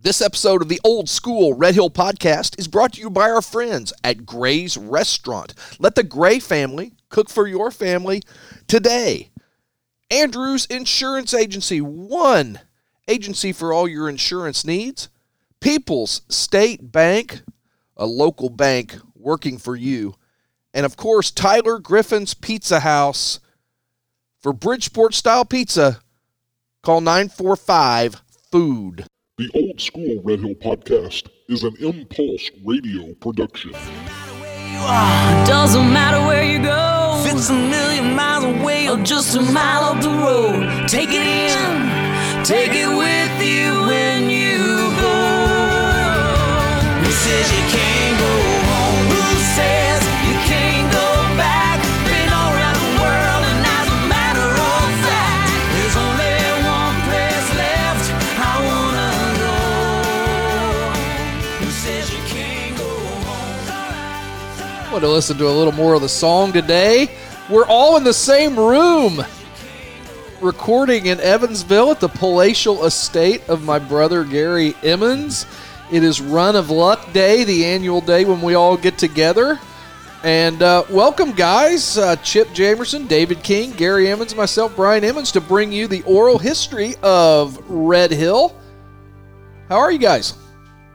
This episode of the Old School Red Hill Podcast is brought to you by our friends at Gray's Restaurant. Let the Gray family cook for your family today. Andrews Insurance Agency, one agency for all your insurance needs. People's State Bank, a local bank working for you. And of course, Tyler Griffin's Pizza House. For Bridgeport style pizza, call 945 Food. The Old School Red Hill Podcast is an impulse radio production. Doesn't matter where you go. If it's a million miles away You're or just a mile up the road. Take it in, take it with you when you go. Who says you can't go home? Who says you can't go back? Been all around the world, and as a matter of fact, there's only one place left I wanna go. Who says you can't go Want to listen to a little more of the song today? We're all in the same room, recording in Evansville at the palatial estate of my brother Gary Emmons. It is Run of Luck Day, the annual day when we all get together. And uh, welcome, guys. Uh, Chip Jamerson, David King, Gary Emmons, myself, Brian Emmons, to bring you the oral history of Red Hill. How are you guys?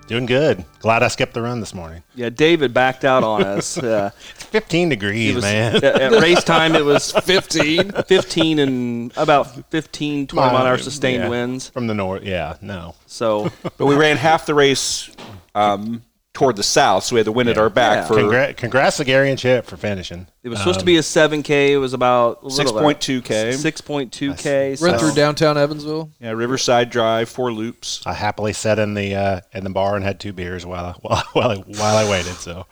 Doing good. Glad I skipped the run this morning. Yeah, David backed out on us. Uh, It's 15 degrees, it was, man. at, at race time, it was 15. 15 and about 15, 20 mile an hour sustained Yeah. winds. From the north. Yeah, no. So, But we ran half the race um, toward the south, so we had the wind at our back Yeah. for Congra- congrats to Gary and Chip for finishing. it was supposed to be a 7K. It was about a little over- 6.2K. 6.2K. Run so- through downtown Evansville. yeah, Riverside Drive, four loops. I happily sat in the uh, in the bar and had two beers while I, while, while I, while I waited. So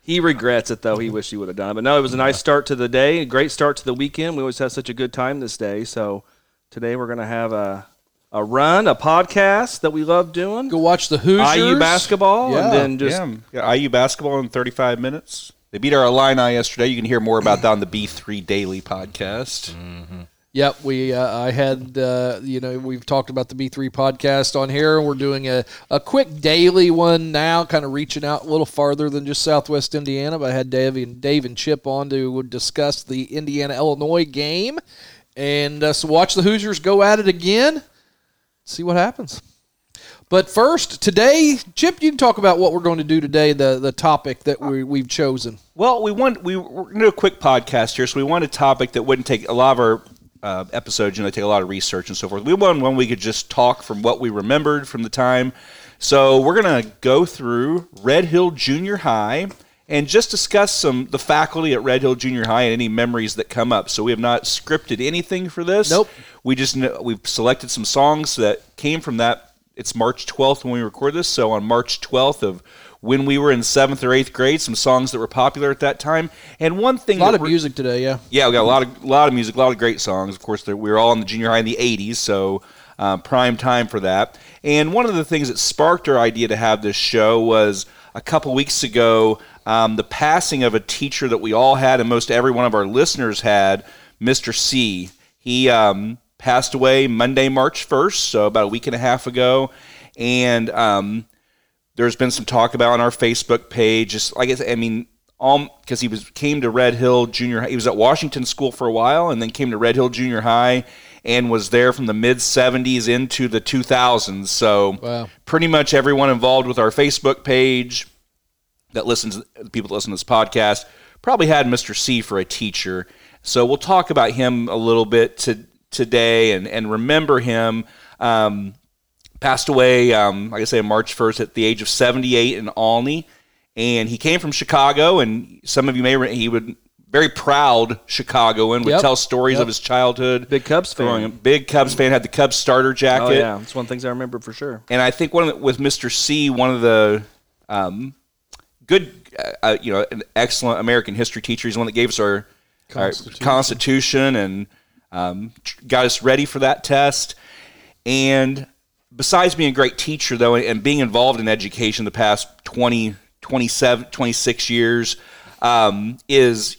He regrets it, though. He wished he would have done it. But no, it was a nice start to the day, a great start to the weekend. We always have such a good time this day. So, today we're going to have a, a run, a podcast that we love doing. Go watch the Hoosiers. IU E basketball, Yeah. and then just yeah. yeah, IU basketball in 35 minutes. They beat our Illini yesterday. You can hear more about that on the B3 Daily podcast. Yep, we uh, I had uh, you know we've talked about the B three podcast on here, and we're doing a, a quick daily one now, kind of reaching out a little farther than just Southwest Indiana. But I had Dave and Dave and Chip on to discuss the Indiana Illinois game, and uh, so watch the Hoosiers go at it again, see what happens. But first, today, Chip, you can talk about what we're going to do today, the the topic that we, we've chosen. Well, we want we we're gonna do a quick podcast here, so we want a topic that wouldn't take a lot of our uh, episodes. You know, take a lot of research and so forth. We want one we could just talk from what we remembered from the time. So we're gonna go through Red Hill Junior High and just discuss some the faculty at Red Hill Junior High and any memories that come up. So we have not scripted anything for this. Nope. We just kn- we've selected some songs that came from that. It's March 12th when we record this, so on March 12th of when we were in seventh or eighth grade, some songs that were popular at that time. And one thing, A lot that of we're- music today, yeah. Yeah, we got a lot of lot of music, a lot of great songs. Of course, there- we were all in the junior high in the 80s, so uh, prime time for that. And one of the things that sparked our idea to have this show was a couple weeks ago um, the passing of a teacher that we all had and most every one of our listeners had, Mr. C. He um, passed away Monday, March 1st, so about a week and a half ago. And um, there's been some talk about on our Facebook page. Just like I said, I mean, um, because he was came to Red Hill Junior. High. He was at Washington School for a while, and then came to Red Hill Junior High, and was there from the mid '70s into the 2000s. So, Wow. pretty much everyone involved with our Facebook page that listens, the people that listen to this podcast, probably had Mr. C for a teacher. So we'll talk about him a little bit to, today and and remember him. Um, passed away, um, like I say, March 1st at the age of 78 in Alney. And he came from Chicago, and some of you may re- he would very proud Chicagoan would Yep. tell stories Yep. of his childhood. Big Cubs fan. Growing up. Big Cubs fan had the Cubs starter jacket, oh, yeah. It's one of the things I remember for sure. and I think one of the, with Mr. C, one of the um, good, uh, uh, you know, an excellent American history teacher. He's the one that gave us our Constitution, our Constitution and um, tr- got us ready for that test. And besides being a great teacher, though, and being involved in education the past 20, 27, 26 years, um, is,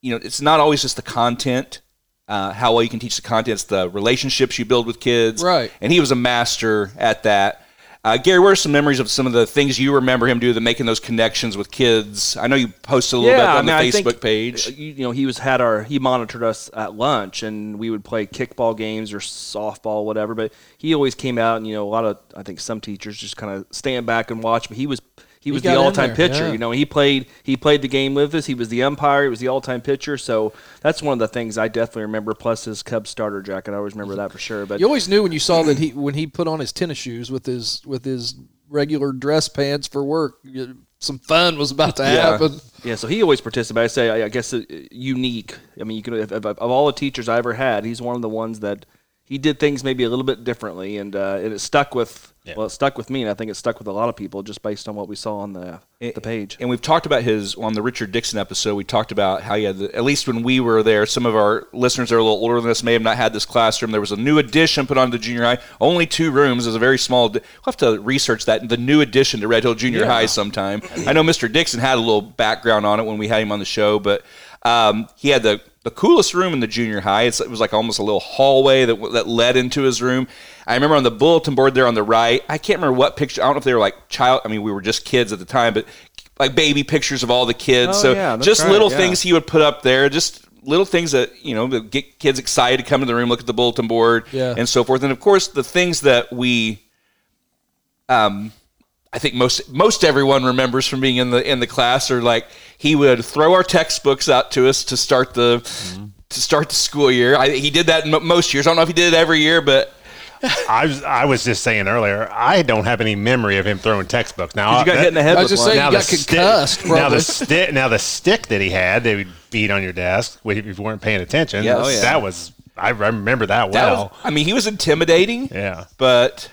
you know, it's not always just the content, uh, how well you can teach the content, it's the relationships you build with kids. Right. And he was a master at that. Uh, Gary, what are some memories of some of the things you remember him do, the making those connections with kids? I know you posted a little bit on I mean, the I think, Facebook page. uh, You, you know, he was had our he monitored us at lunch, and we would play kickball games or softball, whatever. But he always came out, and you know, a lot of I think some teachers just kind of stand back and watch. But he was he was got the in all time there, pitcher. yeah. You know, he played he played the game with us. He was the umpire. He was the all time pitcher. So that's one of the things I definitely remember. Plus his Cubs starter jacket, I always remember that for sure. But You always knew when you saw that he when he put on his tennis shoes with his with his regular dress pants for work, you- some fun was about to happen. Yeah, so he always participated. I say, I, I guess, uh, unique. I mean, you can if, if, of all the teachers I ever had, he's one of the ones that he did things maybe a little bit differently, and uh, and it stuck with well, it stuck with me, and I think it stuck with a lot of people just based on what we saw on the the page. And we've talked about his on the Richard Dixon episode. We talked about how he had, the, at least when we were there, some of our listeners that are a little older than us may have not had this classroom. There was a new addition put onto junior high, only two rooms. is a very small. We'll have to research that. The new addition to Red Hill Junior High sometime. I know Mr. Dixon had a little background on it when we had him on the show, but um, he had the the coolest room in the junior high. It's, it was like almost a little hallway that that led into his room. I remember on the bulletin board there on the right. I can't remember what picture. I don't know if they were like child. I mean, we were just kids at the time, but like baby pictures of all the kids. Oh, so yeah, that's just right, little yeah. things he would put up there. Just little things that you know that get kids excited to come to the room, look at the bulletin board, Yeah. and so forth. And of course, the things that we um, I think most most everyone remembers from being in the in the class are like he would throw our textbooks out to us to start the Mm-hmm. to start the school year. I, he did that m- most years. I don't know if he did it every year, but I was I was just saying earlier, I don't have any memory of him throwing textbooks. Now you got that- hit in the head I with was just one. saying you the got concussed. now probably. the stick now the stick that he had they would beat on your desk if you weren't paying attention. Yes. Oh, yeah. That was I remember that that well. was, I mean he was intimidating. yeah. But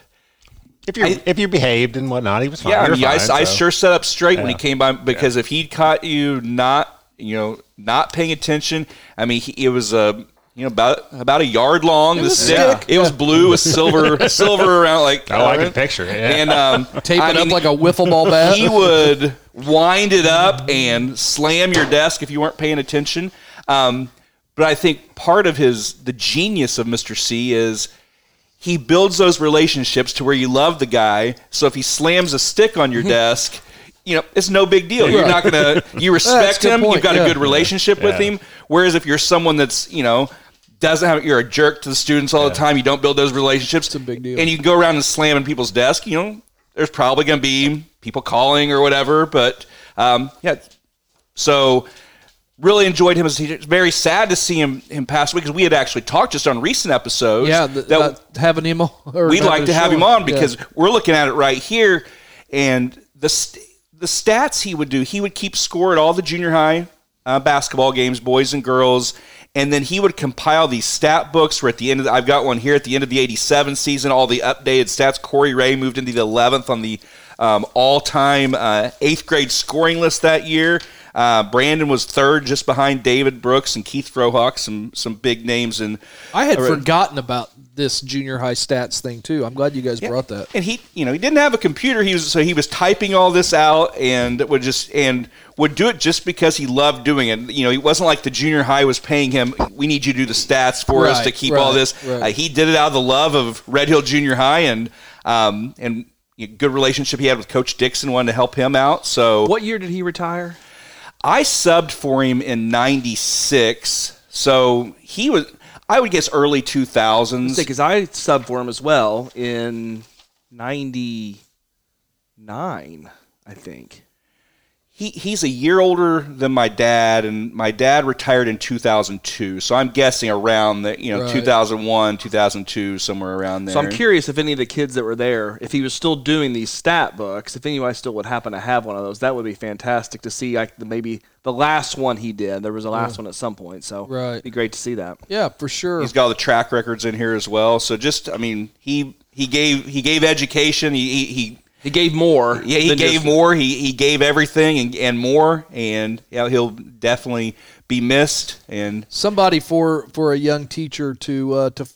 If you if you behaved and whatnot, he was fine. yeah, I, You were mean, I, fine, I so. sure set up straight when he Yeah. came by because if he caught you not you know not paying attention, I mean he, it was a you know about about a yard long. The stick yeah. it was blue with silver silver around like Oh, I can picture it. Yeah. and um Tape I it up mean, like a wiffle ball bat. he would wind it up and slam your desk if you weren't paying attention. Um, but I think part of his the genius of Mr. C is he builds those relationships to where you love the guy. So if he slams a stick on your desk, you know it's no big deal. You're not gonna you That's respect a good him. point, You've got yeah. a good relationship with Yeah. him. Whereas if you're someone that's you know doesn't have you're a jerk to the students all the time. You don't build those relationships. It's a big deal. And you can go around and slam in people's desk. You know, there's probably going to be people calling or whatever. But um, yeah, so really enjoyed him as a teacher. It's very sad to see him him pass away because we had actually talked just on recent episodes. yeah, th- that that- having him on. or we'd having like a to have show him on Yeah. because we're looking at it right here, and the st- the stats he would do. He would keep score at all the junior high uh, basketball games, boys and girls, and then he would compile these stat books. Where at the end of the, I've got one here at the end of the '87 season, all the updated stats. Corey Ray moved into the 11th on the um, all-time uh, eighth grade scoring list that year. Uh, Brandon was third, just behind David Brooks and Keith Frohawk, some some big names and. I had forgotten about this junior high stats thing too. I'm glad you guys Yeah. brought that. And he, you know, he didn't have a computer. He was so he was typing all this out and would just and would do it just because he loved doing it. You know, it wasn't like the junior high was paying him. We need you to do the stats for us Right, to keep all right, this. right. Uh, he did it out of the love of Red Hill Junior High and um and you know, good relationship he had with Coach Dixon, wanted to help him out. So What year did he retire? I subbed for him in '96, so he was. I would guess early 2000s. Because I subbed for him as well in '99, I think. he he's a year older than my dad, and my dad retired in 2002. So I'm guessing around the you know Right. 2001, 2002, somewhere around there. So I'm curious if any of the kids that were there, if he was still doing these stat books, if anyone still would happen to have one of those, that would be fantastic to see. Like the- maybe the last one he did, there was a last one at some point, so Right. it'd be great to see that. Yeah, for sure. He's got all the track records in here as well. So just I mean he he gave he gave education. He he, he He gave more. yeah he than gave just- more. He he gave everything and and more. And yeah, he'll definitely be missed. And Somebody for for a young teacher to uh, to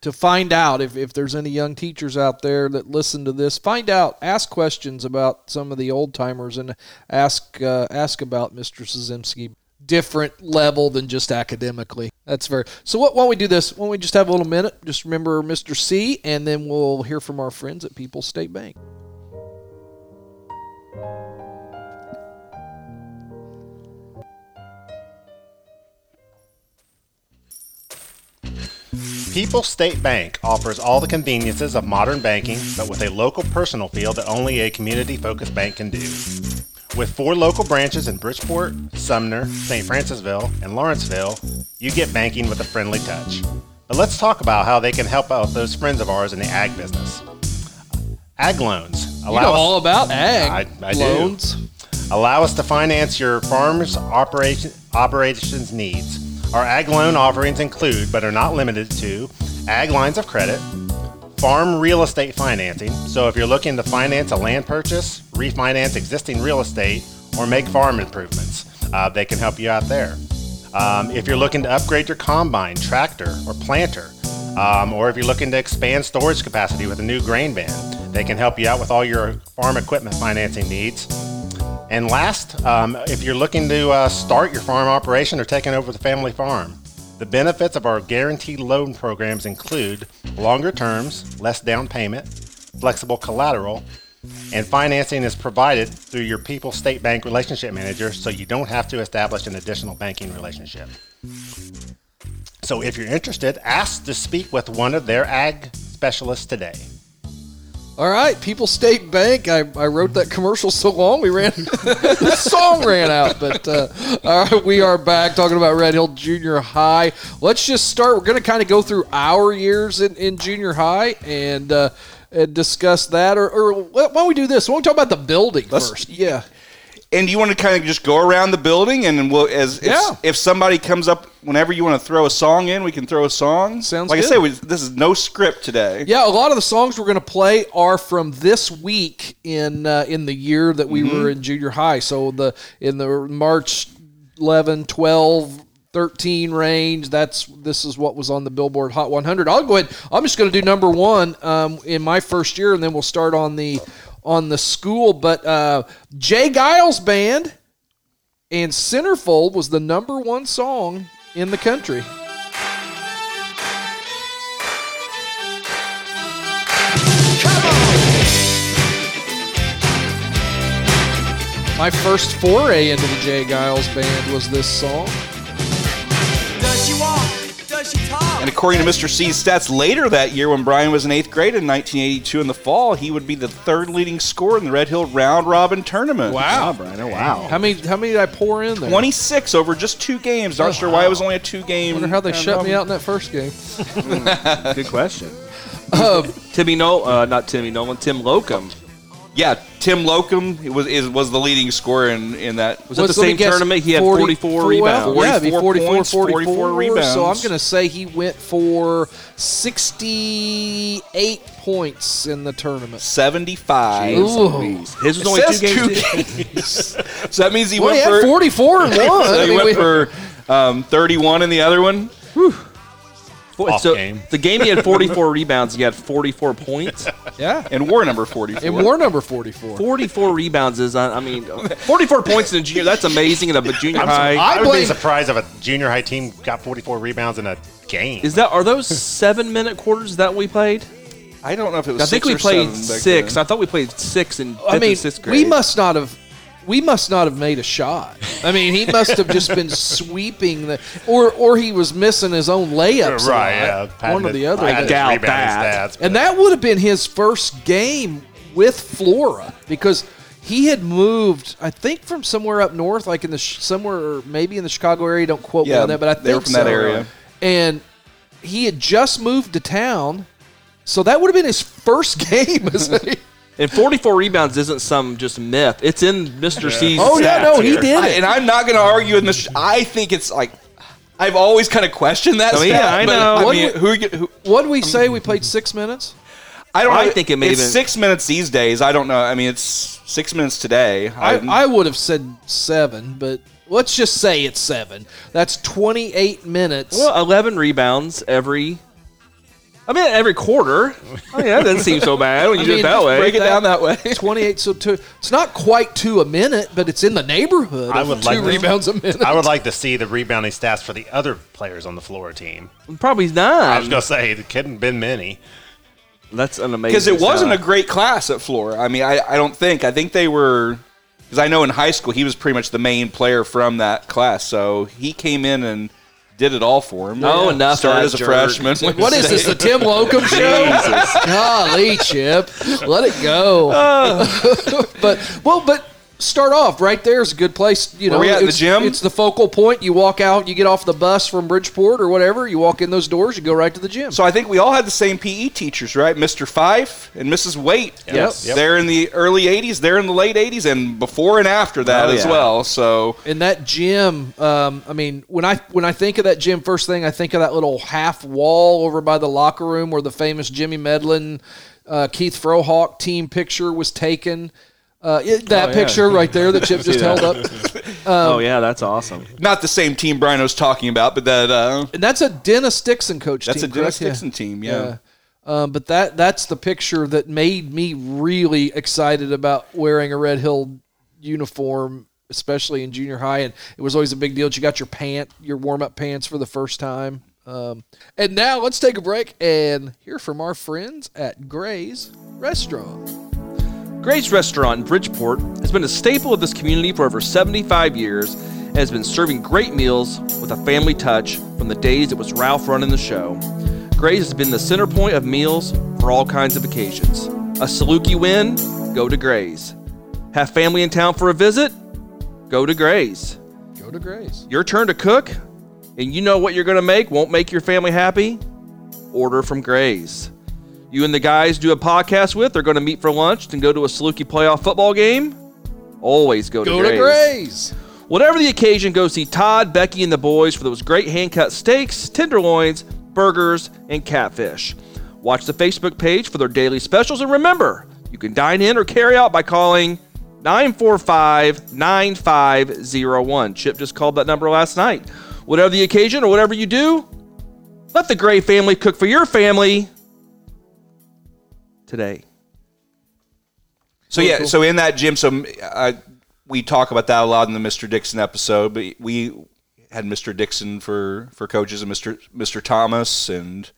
to find out if if there's any young teachers out there that listen to this, find out, ask questions about some of the old timers, and ask uh, ask about Mr. Szymski. Different level than just academically. That's very so. What why don't we do this? Why don't we just have a little minute? Just remember Mr. C, and then we'll hear from our friends at People State Bank. People State Bank offers all the conveniences of modern banking, but with a local personal feel that only a community focused bank can do. With four local branches in Bridgeport, Sumner, St. Francisville, and Lawrenceville, you get banking with a friendly touch. But let's talk about how they can help out those friends of ours in the ag business. Ag loans. You know all about ag I- I do. loans. Allow us to finance your farm's operation, operations needs. Our ag loan offerings include, but are not limited to, ag lines of credit, farm real estate financing. So if you're looking to finance a land purchase, refinance existing real estate, or make farm improvements, uh, they can help you out there. Um, if you're looking to upgrade your combine, tractor, or planter, um, or if you're looking to expand storage capacity with a new grain bin, they can help you out with all your farm equipment financing needs. And last, um, if you're looking to uh, start your farm operation or taking over the family farm, the benefits of our guaranteed loan programs include longer terms, less down payment, flexible collateral, and financing is provided through your People State Bank relationship manager so you don't have to establish an additional banking relationship. So if you're interested, ask to speak with one of their ag specialists today. All right, People State Bank. I, I wrote that commercial so long we ran the song ran out. But uh, all right, we are back talking about Red Hill Junior High. Let's just start. We're going to kind of go through our years in, in junior high and uh, and discuss that. Or, or why don't we do this? Why don't we talk about the building first? Yeah, And you want to kind of just go around the building, and we'll as if, Yeah. if somebody comes up, whenever you want to throw a song in, we can throw a song. Sounds like good. I say, we, this is no script today. yeah. A lot of the songs we're going to play are from this week in uh, in the year that we were in junior high. So the in the March 11, 12, 13 range. That's this is what was on the Billboard Hot 100. I'll go ahead. I'm just going to do number one um, in my first year, and then we'll start on the on the school. But uh, Jay Giles Band and Centerfold was the number one song in the country. My first foray into the Jay Giles Band was this song. Does she walk? Does she talk? And according to Mr. C's stats later that year, when Brian was in eighth grade in 1982 in the fall, he would be the third leading scorer in the Red Hill Round Robin Tournament. Wow, Brian! Oh, wow. How many? How many did I pour in there? 26 over just two games. Not sure why it was only a two game. I Oh, wonder how they shut me out in that first game. Good question. Um, Timmy No, uh, not Timmy Nolan, Tim Locum. Yeah, Tim Locum was is, was the leading scorer in, in that. Was it the same tournament? He had 44 rebounds. Well, yeah, it'd be 44 44, points, 44, 44 So I'm rebounds. going to say he went for 68 points in the tournament. 75. Ooh. His was Oh. It only says two games. games. so that means he Well, he went had for 44 and one. so I he mean, went we- for um, 31 in the other one. Boy, Off so game. The game he had 44 rebounds. He had 44 points. yeah. And war number 44. And we're number 44. 44 rebounds is, uh, I mean, 44 points in a junior. That's amazing in a junior high. I, would blame- be surprised if a junior high team got 44 rebounds in a game. Is that are those seven minute quarters that we played? I don't know if it was I think six we or played seven back six. then. I thought we played six in fifth I mean, and sixth grade. we must not have. We must not have made a shot. I mean, he must have just been sweeping the, or or he was missing his own layups. a right? lot. yeah, one or the other. patented doubt rebounding that. Stats, And that would have been his first game with Flora because he had moved, I think, from somewhere up north, like in the sh- somewhere maybe in the Chicago area. Don't quote me Yeah, on that, but I think they were from that so. area. And he had just moved to town, so that would have been his first game. As a, and 44 rebounds isn't some just myth. It's in Mr. C's. oh yeah, stats no, he here. did I- it. and I'm not going to argue with Mr. I think it's like I've always kind of questioned that. Oh, I mean, stat, yeah, I but, know. I What mean, we- who, you- who What would we say? We played six minutes. I don't. I know. think it may it's have been- six minutes these days. I don't know. I mean, it's six minutes today. I, I would have said seven, but let's just say it's seven. That's twenty-eight minutes. Well, 11 rebounds every. I mean, every quarter. Oh yeah, that doesn't seem so bad when you I do mean, it that just way. break it down that way. 28 so two it's not quite two a minute but it's in the neighborhood I of would two like to- rebounds a minute I would like to see the rebounding stats for the other players on the Florida team. Probably I was not. gonna say it couldn't been many. That's an amazing. because it wasn't uh, a sound. great class at Florida. I mean, I, I don't think. I think they were because I know in high school he was pretty much the main player from that class. So he came in and did it all for him. Oh, enough Started of as a that freshman. What is this, the Tim Locum show? Golly, Chip, let it go. Ah. but well, but start off right there is a good place. You know, Were we at the it's, gym? It's the focal point. You walk out, you get off the bus from Bridgeport or whatever. You walk in those doors, you go right to the gym. So I think we all had the same PE teachers, right? Mr. Fife and Mrs. Waite. Yes. Yep. They're in the early 80s, they're in the late 80s, and before and after that Oh, as yeah. well. So And that gym, um, I mean, when I when I think of that gym, first thing I think of that little half wall over by the locker room where the famous Jimmy Medlin, uh, Keith Frohawk team picture was taken. Uh, it- that Oh, yeah. picture right there that Chip just held up, Oh yeah, that's awesome. not the same team Brian was talking about, but that uh, and that's a Dennis Dixon coach. that's team, a Dennis correct? Yeah. Dixon team. Yeah. Um, but that that's the picture that made me really excited about wearing a Red Hill uniform, especially in junior high. And it was always a big deal. that You got your pant, your warm up pants for the first time. Um, and now let's take a break and hear from our friends at Gray's Restaurant. Gray's Restaurant in Bridgeport has been a staple of this community for over 75 years and has been serving great meals with a family touch from the days it was Ralph running the show. Gray's has been the center point of meals for all kinds of occasions. A Saluki win? Go to Gray's. Have family in town for a visit? Go to Gray's. Go to Gray's. Your turn to cook, and you know what you're going to make won't make your family happy? Order from Gray's. You and the guys do a podcast with, they're going to meet for lunch and go to a Saluki playoff football game. Always go to Go Gray's. to Gray's. Whatever the occasion, go see Todd, Becky, and the boys for those great hand cut steaks, tenderloins, burgers, and catfish. Watch the Facebook page for their daily specials, and remember, you can dine in or carry out by calling 945 9501. Chip just called that number last night. Whatever the occasion or whatever you do, let the Gray family cook for your family today. So yeah, so in that gym, so uh, we talk about that a lot in the Mr. Dixon episode. But we had Mr. Dixon for for coaches and Mr. Mr. Thomas and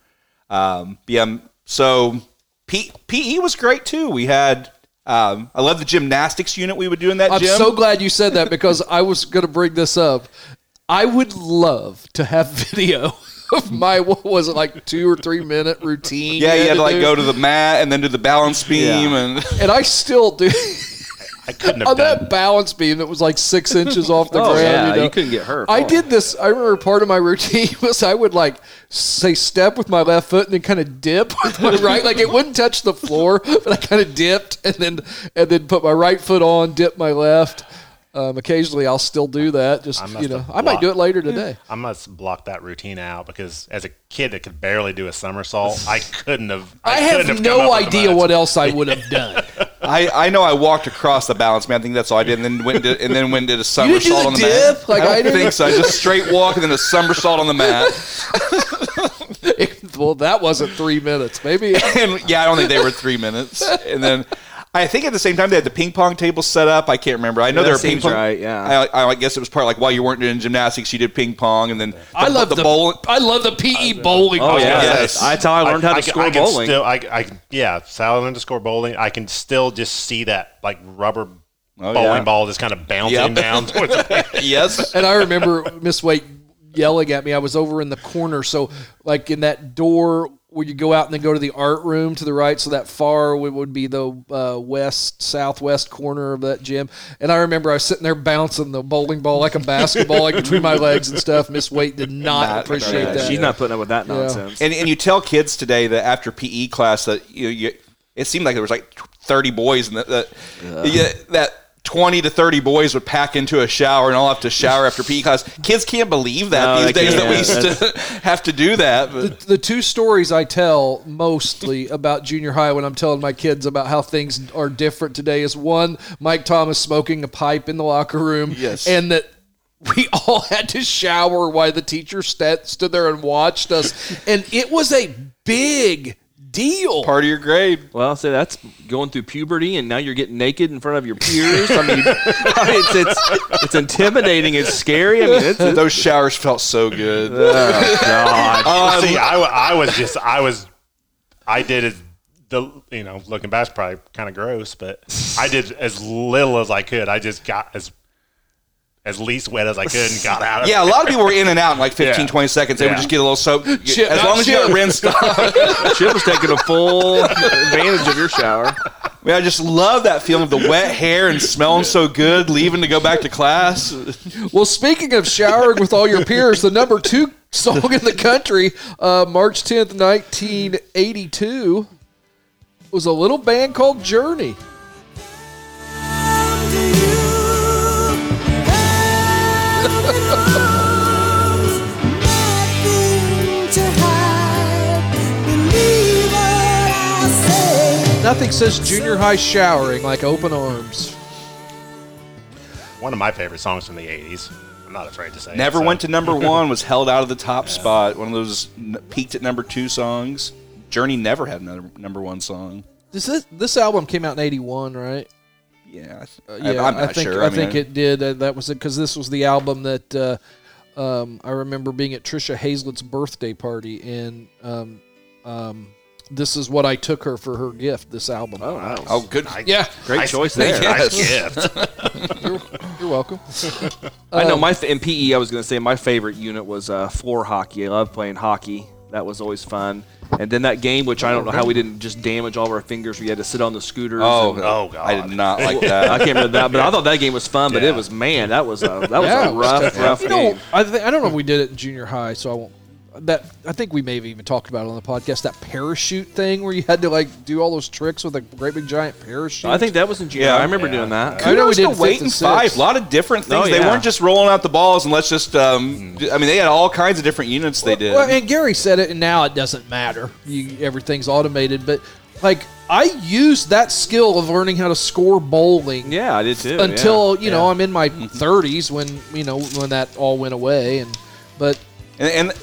um, yeah. So P, PE was great too. We had um, I love the gymnastics unit we would do in that I'm gym. so glad you said that because I was going to bring this up. I would love to have video of my what was it like two or three minute routine. yeah, you had to like do. go to the mat and then do the balance beam and and I still do. I couldn't on have done. that balance beam that was like six inches off the Oh, ground. yeah, know. you couldn't get hurt. I did this. I remember part of my routine was I would like say step with my left foot and then kind of dip with my right, like it wouldn't touch the floor, but I kind of dipped and then and then put my right foot on, dip my left. Um, occasionally, I'll still do that. Just must you know, have I might do it blocked. later today. I must block that routine out because as a kid that could barely do a somersault, I couldn't have. I, couldn't have come no up with idea much. what else I would have done. I, I know I walked across the balance beam. I think that's all I did, and then went and did, and then went and did a didn't somersault do the on the mat. dip like I I did? don't think so. I just straight walk and then a somersault on the mat. well, that wasn't three minutes. Maybe and yeah, I don't think they were three minutes. And then I think at the same time they had the ping pong table set up. I can't remember. I know That there were ping seems pong. right, yeah. I, I guess it was part like while you weren't doing gymnastics, you did ping pong, and then the, I love the, the, bowl. I love the PE bowling. Oh, yeah. Yes. That's how I learned how to can- score can bowling. Still, I, I, yeah, Sal underscore bowling. I can still just see that like rubber Oh, bowling yeah. ball just kind of bouncing Yep. down towards the Yes, and I remember Miss Waite yelling at me. I was over in the corner, so like in that door where you go out and then go to the art room to the right. So that far would would be the uh, west southwest corner of that gym. And I remember I was sitting there bouncing the bowling ball like a basketball, like between my legs and stuff. Miss Waite did not, appreciate yeah, that. She's not putting up with that nonsense. and and you tell kids today that after PE class that you, you it seemed like there was like thirty boys, and that that, yeah, that twenty to thirty boys would pack into a shower and all have to shower after PE class. Kids can't believe that No, these they days that we can't. used to have to do that. But. the two stories I tell mostly about junior high when I'm telling my kids about how things are different today is one, Mike Thomas smoking a pipe in the locker room. Yes. And that we all had to shower while the teacher sat, stood there and watched us. And it was a big deal. Part of your grade. Well, say that's going through puberty, and now you're getting naked in front of your peers. I mean, I mean, it's, it's it's intimidating. It's scary. I mean, it's, it's Those showers felt so good. Oh, Uh, God. See, I, wa- I was just, I was, I did as the you know looking back, it's probably kind of gross, but I did as little as I could. I just got as as least wet as I could and got out of Yeah, a lot of people were in and out in like 15, Yeah. 20 seconds. They Yeah. would just get a little soap. Chip, as not long as you got chip. rinsed off. Chip was taking a full advantage of your shower. I mean, I just love that feeling of the wet hair and smelling so good, leaving to go back to class. Well, speaking of showering with all your peers, the number two song in the country, uh, March 10th, 1982, was a little band called Journey. Nothing says junior high showering like open arms. one of my favorite songs from the '80s. I'm not afraid to say. it, Never so. went to number one, was held out of the top spot. One of those n- peaked at number two songs. Journey never had another number one song. This is, this album came out in '81, right? Yeah, I th- Uh, yeah, I, am not think sure. I, mean, think it did. Uh, that was because this was the album that uh, um, I remember being at Trisha Hazlett's birthday party, and um, um, this is what I took her for her gift. This album. Oh, nice. Oh, good. yeah, Great Nice- choice there. Nice gift. you're, you're welcome. I know my f- in PE. I was going to say my favorite unit was uh, floor hockey. I love playing hockey. That was always fun. And then that game, which I don't know how we didn't just damage all of our fingers. We had to sit on the scooters. Oh, and- Oh, God. I did not like I that. can't remember that, but I thought that game was fun. But Yeah. it was man, that was a that was Yeah, a it was rough, rough You game. know, I, th- I don't know if we did it in junior high, so I won't. That I think we may have even talked about it on the podcast. That parachute thing where you had to like do all those tricks with a great big giant parachute. I think that was in junior. Yeah. high. I remember doing that. I know we Kudos to did fifth wait and and five. sixth. A lot of different things. Oh, They yeah. weren't just rolling out the balls and let's just. Um, d- I mean, they had all kinds of different units. They did. Well, and Gary said it, and now it doesn't matter. You, everything's automated, but like I used that skill of learning how to score bowling Yeah, Mm-hmm. I did too. until you know I'm in my 30s when you know when that all went away. And but And, and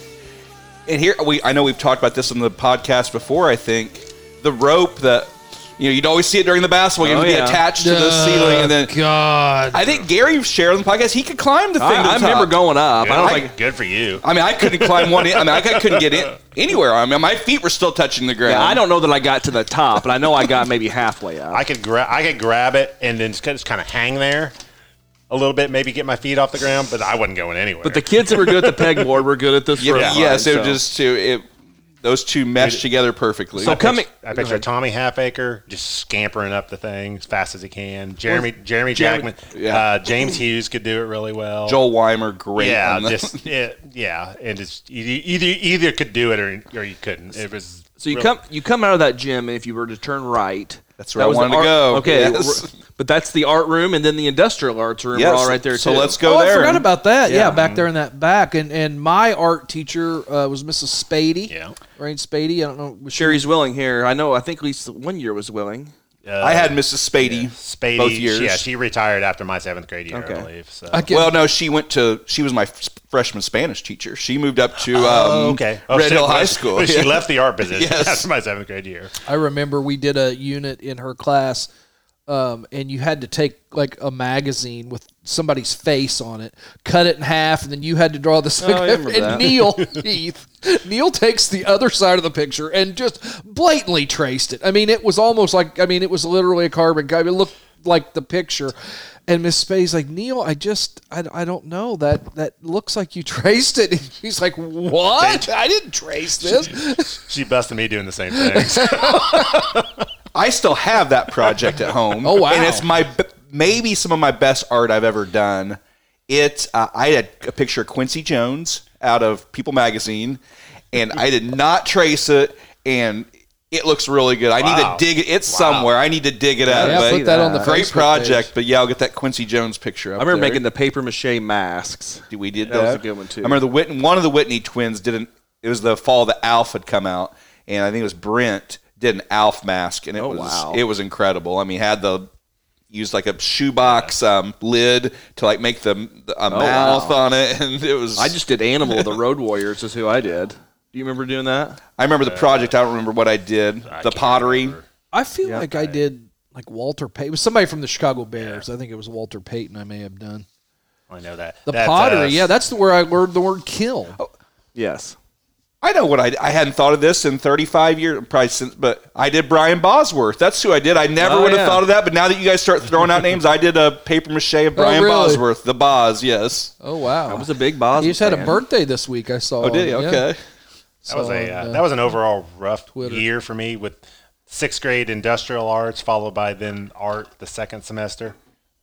and here we I know we've talked about this on the podcast before. I think the rope that you know you'd always see it during the basketball game Oh, would be yeah. attached to the ceiling, and then God, I think Gary shared on the podcast he could climb the thing. I, to the I remember top. going up. I don't think good for you. I mean, I couldn't climb one. In, I mean, I couldn't get in anywhere. I mean, my feet were still touching the ground. Yeah, I don't know that I got to the top, but I know I got maybe halfway up. I could grab I could grab it and then just, kind of hang there a little bit, maybe get my feet off the ground, but I wasn't going anywhere. but the kids that were good at the pegboard were good at this. Yeah, rope yes, line, it so. was just two. It, those two meshed together perfectly. So coming. I picture Tommy Halfacre just scampering up the thing as fast as he can. Jeremy Jeremy Jeremy- Jackman, yeah. uh, James Hughes could do it really well. Oh. Joel Weimer, great. yeah, on the- just it, yeah, and just you- you either either could do it or or you couldn't. It was So you real- come you come out of that gym, and if you were to turn right, That's where I was the wanted to art- go, Okay, yes. r- but that's the art room, and then the industrial arts room Yes, are all right there So too. let's go oh, there. I forgot about that. Yeah, Yeah. back there in that back, and and my art teacher uh, was Mrs. Spady. Yeah. Rain Spady. I don't know. was she- Sherry's willing here. I know. I think at least one year was willing. I had Mrs. uh, Spady. uh, Spady. both years. Yeah, she retired after my seventh grade year, Okay. I believe. So I get- Well, no, she went to. She was my f- freshman Spanish teacher. She moved up to um, okay, Oh, Red she- Hill but- High School. but Yeah. She left the art position Yes. after my seventh grade year. I remember we did a unit in her class, um, and you had to take like a magazine with somebody's face on it, cut it in half, and then you had to draw the second. Oh, remember and that. Neil Heath, Neil takes the other side of the picture and just blatantly traced it. I mean, it was almost like I mean, it was literally a carbon copy. It looked like the picture. And Miss Spay's like Neil, I just I, I don't know that that looks like you traced it. He's like, what? I didn't trace this. She busted me doing the same thing. I still have that project at home. Oh, wow. And it's my b- maybe some of my best art I've ever done. It uh, I had a picture of Quincy Jones out of People Magazine, and I did not trace it, and it looks really good. I Wow. need to dig it. It's somewhere. I need to dig it up. Yeah, but uh, put that on the great Facebook project. page. But yeah, I'll get that Quincy Jones picture. Up I remember there. making the paper mache masks. We did that. That was a good one, too. I remember the Whitney, one of the Whitney twins did an. It was the fall the Alf had come out, and I think it was Brent did an Alf mask, and it was Oh, wow. it was incredible. I mean, had the used like a shoebox um, lid to like make the the- a mouth on it, and it was. Oh, I just did Animal, the Road Warriors is who I did. Do you remember doing that? I remember the project. I don't remember what I did. the pottery. I feel like I did like Walter Payton. It was somebody from the Chicago Bears. I think it was Walter Payton. I may have done I know that uh, the That's pottery. us. Oh, Yeah, that's the where I learned the word kill. Yes. I know what I I hadn't thought of this in 35 years, probably since, but I did Brian Bosworth. That's who I did. I never Oh, would have yeah. thought of that, but now that you guys start throwing out names, I did a paper mache of Brian Oh, really? Bosworth, the Boz, yes. Oh wow! I was a big Bosworth He just had a fan. birthday this week. I saw. Oh, did he? on- yeah. Okay. That was a uh, on, uh, that was an overall rough Twitter. year for me with sixth grade industrial arts followed by then art the second semester.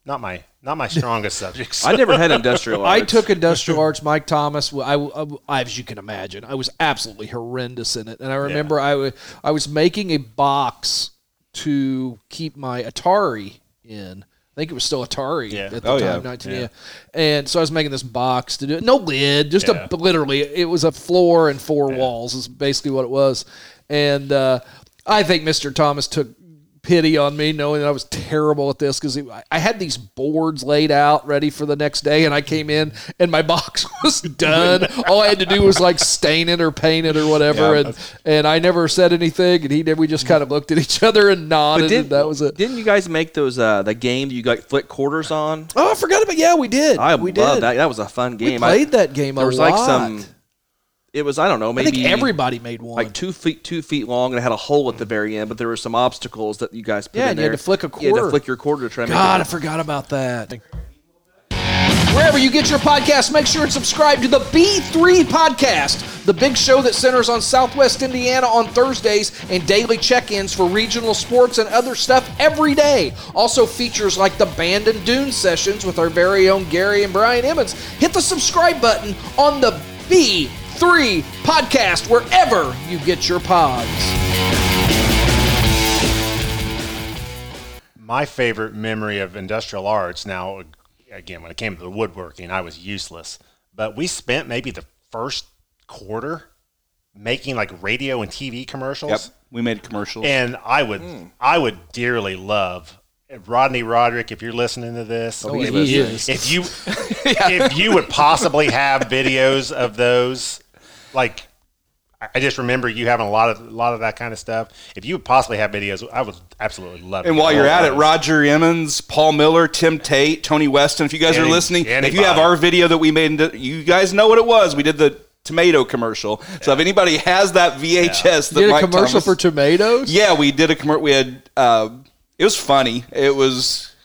Not my not my strongest subjects. I never had industrial I arts. took industrial arts, Mike Thomas. I, I- as you can imagine, I was absolutely horrendous in it. And I remember I wa- I was making a box to keep my Atari in. I think it was still Atari Yeah. at the Oh, yeah. time, 19 yeah. And so I was making this box to do it. No lid, just a, literally, it was a floor and four walls, is basically what it was. And uh, I think Mr. Thomas took pity on me knowing that I was terrible at this because I had these boards laid out ready for the next day, and I came in and my box was done. All I had to do was like stain it or paint it or whatever, and and I never said anything, and he did. We just kind of looked at each other and nodded, and that was it. Didn't you guys make those uh, the game that you got flick quarters on? Oh, I forgot about yeah, we did. I we love did. that. That was a fun game. We played I, that game a There was lot. like some. It was I don't know I maybe think everybody made one. like two feet two feet long and it had a hole at the very end, but there were some obstacles that you guys put Yeah, in and you had there. to flick a You had quarter. to flick your quarter to try. and make God, I it. forgot about that. Wherever you get your podcast, make sure and subscribe to the B3 Podcast, the big show that centers on Southwest Indiana on Thursdays and daily check ins for regional sports and other stuff every day. Also, features like the Band and Dune sessions with our very own Gary and Brian Emmons. Hit the subscribe button on the B3 Podcast, wherever you get your pods. my favorite memory of industrial arts now again when it came to the woodworking I was useless. But we spent maybe the first quarter making like radio and TV commercials. Yep. We made commercials. And I would Hmm. I would dearly love Rodney Roderick, if you're listening to this, Oh, he is. if you if you would possibly have videos of those, like I- I just remember you having a lot of a lot of that kind of stuff. If you would possibly have videos, I would absolutely love. And to while get you're all at it, those. Roger Emmons, Paul Miller, Tim Tate, Tony Weston. If you guys Any- are listening, if you anybody. have our video that we made, into, you guys know what it was. We did the tomato commercial. So if anybody has that VHS, that Did a Mike commercial Thomas- for tomatoes? Yeah, we did a commercial. We had uh, it was funny. It was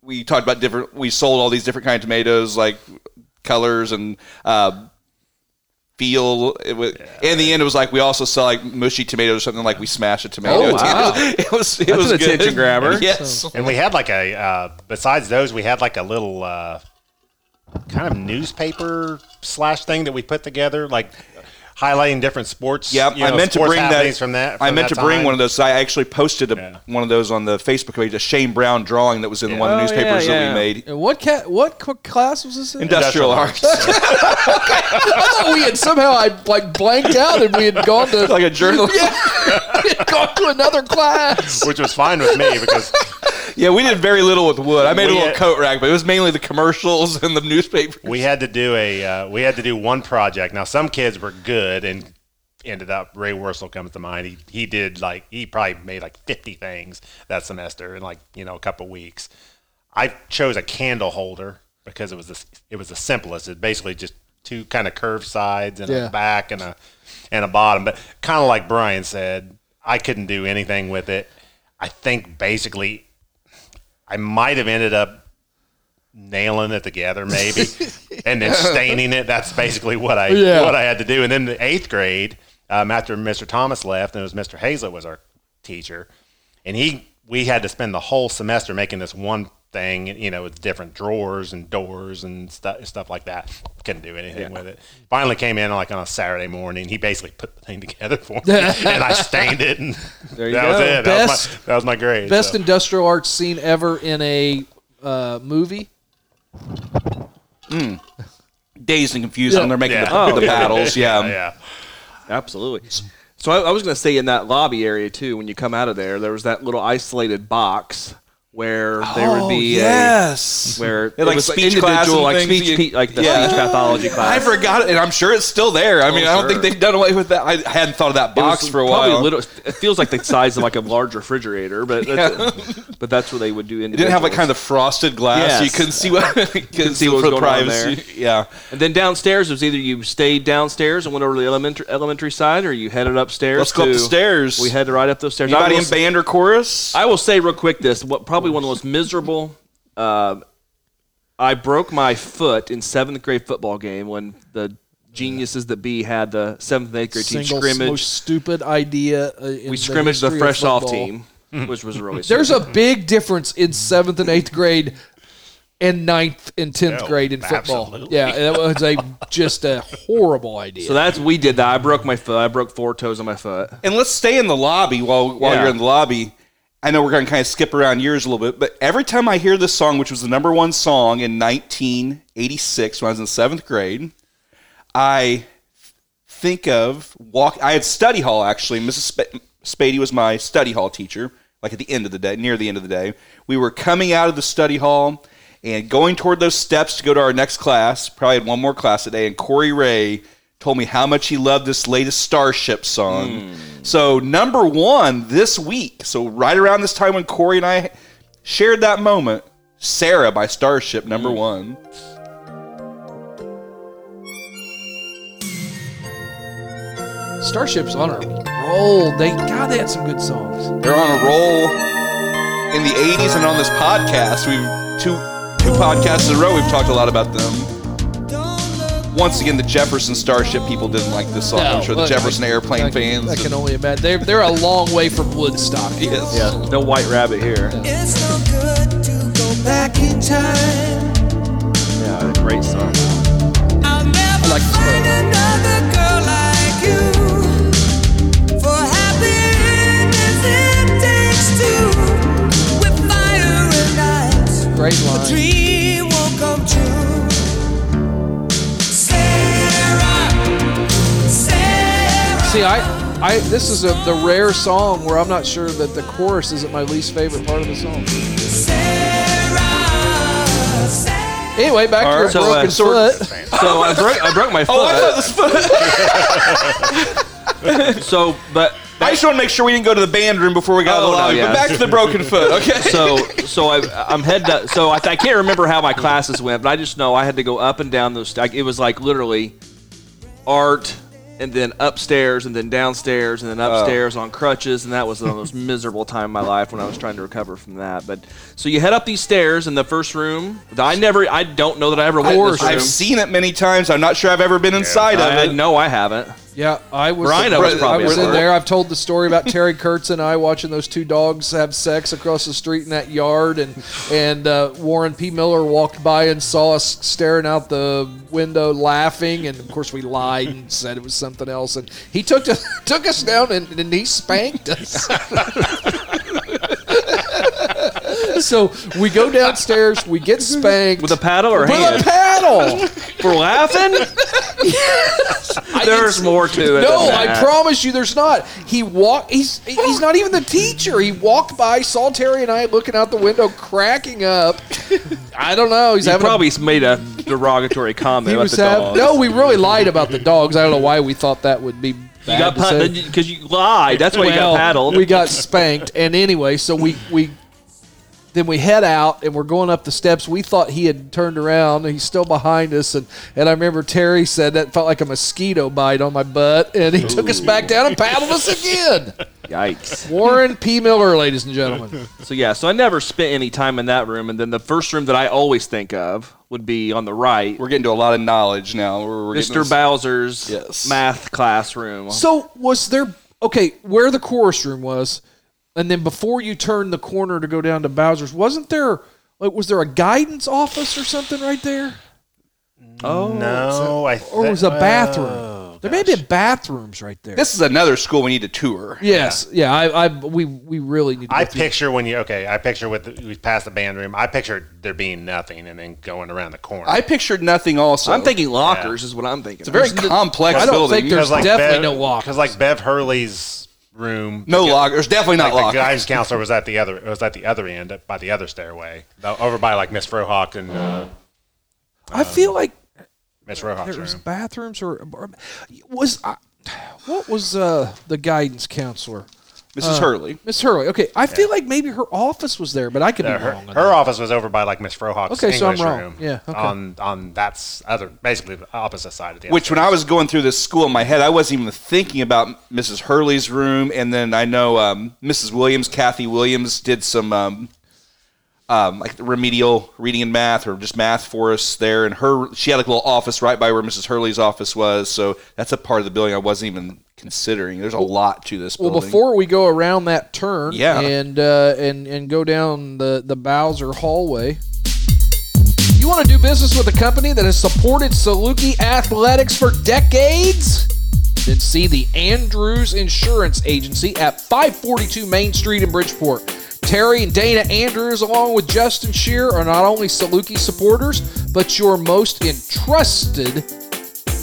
we talked about different. We sold all these different kind of tomatoes, like colors and uh, feel. It was, In the end, it was like we also sell like mushy tomatoes or something. Like we smash a tomato. Oh, wow. It was it That's was an good. attention grabber. Yes. and we had like a uh, besides those, we had like a little uh, kind of newspaper slash thing that we put together, like highlighting different sports. Yep, you I know, meant to sports bring that. happenings from that. I from meant that to bring time. one of those. I actually posted a, one of those on the Facebook page. A Shane Brown drawing that was in one of the Oh, newspapers yeah, that yeah. we made. And what ca- what c- class was this in? Industrial, arts, I thought we had somehow I like blanked out and we had gone to like a journal. Yeah. we had gone to another class. which was fine with me because we did very little with wood. I made a We- little coat rack, but it was mainly the commercials and the newspaper. we had to do a uh, we had to do one project. Now some kids were good and ended up Ray Worsel comes to mind. He he did like he probably made like fifty things that semester in like you know a couple weeks. I chose a candle holder because it was the, it was the simplest. It basically just two kind of curved sides and Yeah. a back and a and a bottom. But kind of like Brian said, I couldn't do anything with it. I think basically I might have ended up nailing it together maybe and then staining it that's basically what i Yeah. what i had to do and then the eighth grade um, after mr thomas left and it was mr hazlett was our teacher and he we had to spend the whole semester making this one thing you know with different drawers and doors and stuff stuff like that couldn't do anything with it finally came in like on a saturday morning he basically put the thing together for me and i stained it and you that was go. it that, was my, Best- that was my grade Best so. industrial arts scene ever in a uh, movie. Dazed and confused Yeah. when they're making Yeah. the, the battles. Yeah. yeah Absolutely. So I, I was going to say in that lobby area too, when you come out of there, there was that little isolated box where there Oh, would be Oh, a yes. uh, where it like was speech class and individual, like things speech, that you- pe- like the Yeah. speech pathology class. Oh, I forgot it, and I'm sure it's still there. I mean, I don't sure. think they've done away with that. I hadn't thought of that It was box for a probably while. little- it feels like the size of like a large refrigerator, but that's, but that's where they would do. It didn't have like kind of the frosted glass. Yes. You couldn't see what couldn't see what was for going on there. Yeah, And then downstairs it was either you stayed downstairs and went over to the elementary elementary side, or you headed upstairs. Let's go up to- the stairs. We headed right up those stairs. I anybody will, in s- band or chorus? I will say real quick this: what probably one of the most miserable. Uh, I broke my foot in seventh grade football game when the geniuses that be had the seventh and eighth grade team Single scrimmage. most stupid idea. Uh, in We scrimmaged the history of fresh off football. team, which was really There's a big difference in seventh and eighth grade and ninth and tenth Oh, grade in football. absolutely. Yeah, it was a just a horrible idea. So that's we did that. I broke my foot. I broke four toes on my foot. and let's stay in the lobby while while Yeah. you're in the lobby. I know we're going to kind of skip around years a little bit, but every time I hear this song, which was the number one song in 1986 when I was in seventh grade, I think of walk. I had study hall actually. Mrs. Sp- Spady was my study hall teacher. Like at the end of the day, near the end of the day, we were coming out of the study hall and going toward those steps to go to our next class. Probably had one more class today. And Corey Ray told me how much he loved this latest Starship song. So number one this week. So right around this time when Corey and I shared that moment, Sarah by Starship number one. Starship's on a roll. They God, they had some good songs. They're on a roll in the 80s and on this podcast. We've two two podcasts in a row we've talked a lot about them. Once again, the Jefferson Starship people didn't like this song. I'm sure the Look, Jefferson I- Airplane I- fans. I can and- only imagine. They're they're a long way from Woodstock. yes. No white rabbit here. It's no good to go back in time. Yeah, great song. I'll never like this find another girl like you. For happiness it takes two. With fire and light, Great line. dream won't come true. Sarah, Sarah. See, I, I this is a, the rare song where I'm not sure that the chorus isn't my least favorite part of the song. Anyway, back All to your right, broken so, uh, so we're- foot. So I broke I broke my foot. Oh, I thought this so but I just want to make sure we didn't go to the band room before we got Oh, a no, lobby. yeah. But back to the broken foot. Okay. so so I I'm head to, so I, I can't remember how my classes went, but I just know I had to go up and down those. Like, it was like literally art. And then upstairs, and then downstairs, and then Oh. upstairs on crutches, and that was the most miserable time of my life when I was trying to recover from that. But so you head up these stairs in the first room. I never, I don't know that I ever went. in this room. I've seen it many times. I'm not sure I've ever been inside I, of it. no, I haven't. Yeah, I was. Brian, I was probably I was at in work. there. I've told the story about Terry Kurtz and I watching those two dogs have sex across the street in that yard, and and uh, Warren P. Miller walked by and saw us staring out the window, laughing, and of course we lied and said it was something else, and he took to, took us down and, and he spanked us. so we go downstairs, we get spanked With a paddle or with a hand? paddle. For laughing? There's more to it. No, than I that. promise you, there's not. He walked. He's he's not even the teacher. He walked by, saw Terry and I looking out the window, cracking up. I don't know. He's You having probably made a derogatory A, comment he about was the having, dog. no. We really lied about the dogs. I don't know why we thought that would be. Bad you got to say. because you lied. That's why you Well, got paddled. We got spanked, and anyway, so we we then we head out and we're going up the steps. We thought he had turned around, and he's still behind us. And and I remember Terry said that felt like a mosquito bite on my butt, and he took us back down and paddled us again. Yikes. Warren P. Miller, ladies and gentlemen. So yeah, so I never spent any time in that room, and then the first room that I always think of would be on the right, We're getting to a lot of knowledge now. We're, we're getting Mr. this- Bowser's Yes. math classroom. So was there okay where the chorus room was, and then before you turned the corner to go down to Bowser's, wasn't there? Like, was there a guidance office or something right there? oh No, I think. or was a bathroom. there may be bathrooms right there. This is another school we need to tour. yes, yeah. I, I, we, we really need. To I go through- picture when you okay. I picture with the, we passed the band room. I picture there being nothing and then going around the corner. I pictured nothing also. I'm thinking lockers is what I'm thinking. It's a very complex I don't building. think there's definitely no walk. Because like Bev Hurley's room. No locker. There's definitely not Like, the locker. guidance counselor was at the other was at the other end up by the other stairway, uh, over by like Miss Frohawk and uh, I feel like Miss Frohawk's there's room. bathrooms or, or- was I, what was uh, the guidance counselor? Mrs. Uh. Hurley. Miss Hurley. Okay, I feel like maybe her office was there, but I could Uh, be her, wrong. on her that. office was over by like Miss Frohawk's Okay, so I'm English wrong. room. Yeah, okay. On on that's other basically the opposite side of the Which, when I was going through this school in my head, I wasn't even thinking about Mrs. Hurley's room. And then I know um, Mrs. Williams, Kathy Williams, did some um, um, like remedial reading and math or just math for us there. And her, she had like a little office right by where Mrs. Hurley's office was. So that's a part of the building I wasn't even considering. There's a lot to this Well, building. before we go around that turn, Yeah. and uh, and and go down the the Bowser hallway. You want to do business with a company that has supported Saluki Athletics for decades? Then see the Andrews Insurance Agency at 542 Main Street in Bridgeport. Terry and Dana Andrews, along with Justin Shear, are not only Saluki supporters, but your most entrusted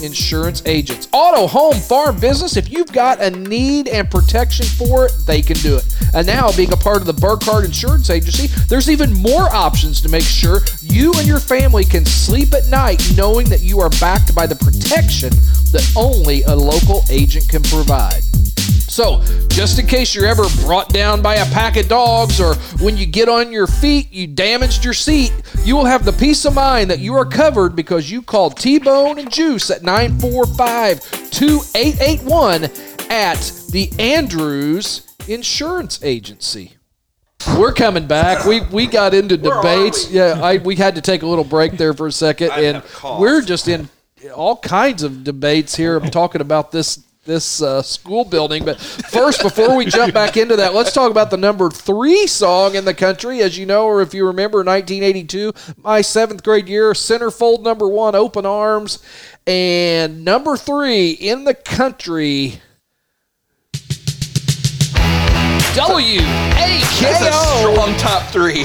insurance agents. Auto, home, farm, business, if you've got a need and protection for it, they can do it. And now, being a part of the Burkhardt Insurance Agency, there's even more options to make sure you and your family can sleep at night knowing that you are backed by the protection that only a local agent can provide. So, just in case you're ever brought down by a pack of dogs or when you get on your feet, you damaged your seat, you will have the peace of mind that you are covered because you called T Bone and Juice at 945 2881 at the Andrews Insurance Agency. We're coming back. We we got into debates. Yeah, I, we had to take a little break there for a second, and we're just in all kinds of debates here. I'm talking about this this uh, school building, but first, before we jump back into that, let's talk about the number three song in the country. As you know, or if you remember, 1982, my seventh grade year, centerfold number one, Open Arms, and number three in the country. W A K That's a O. strong top three.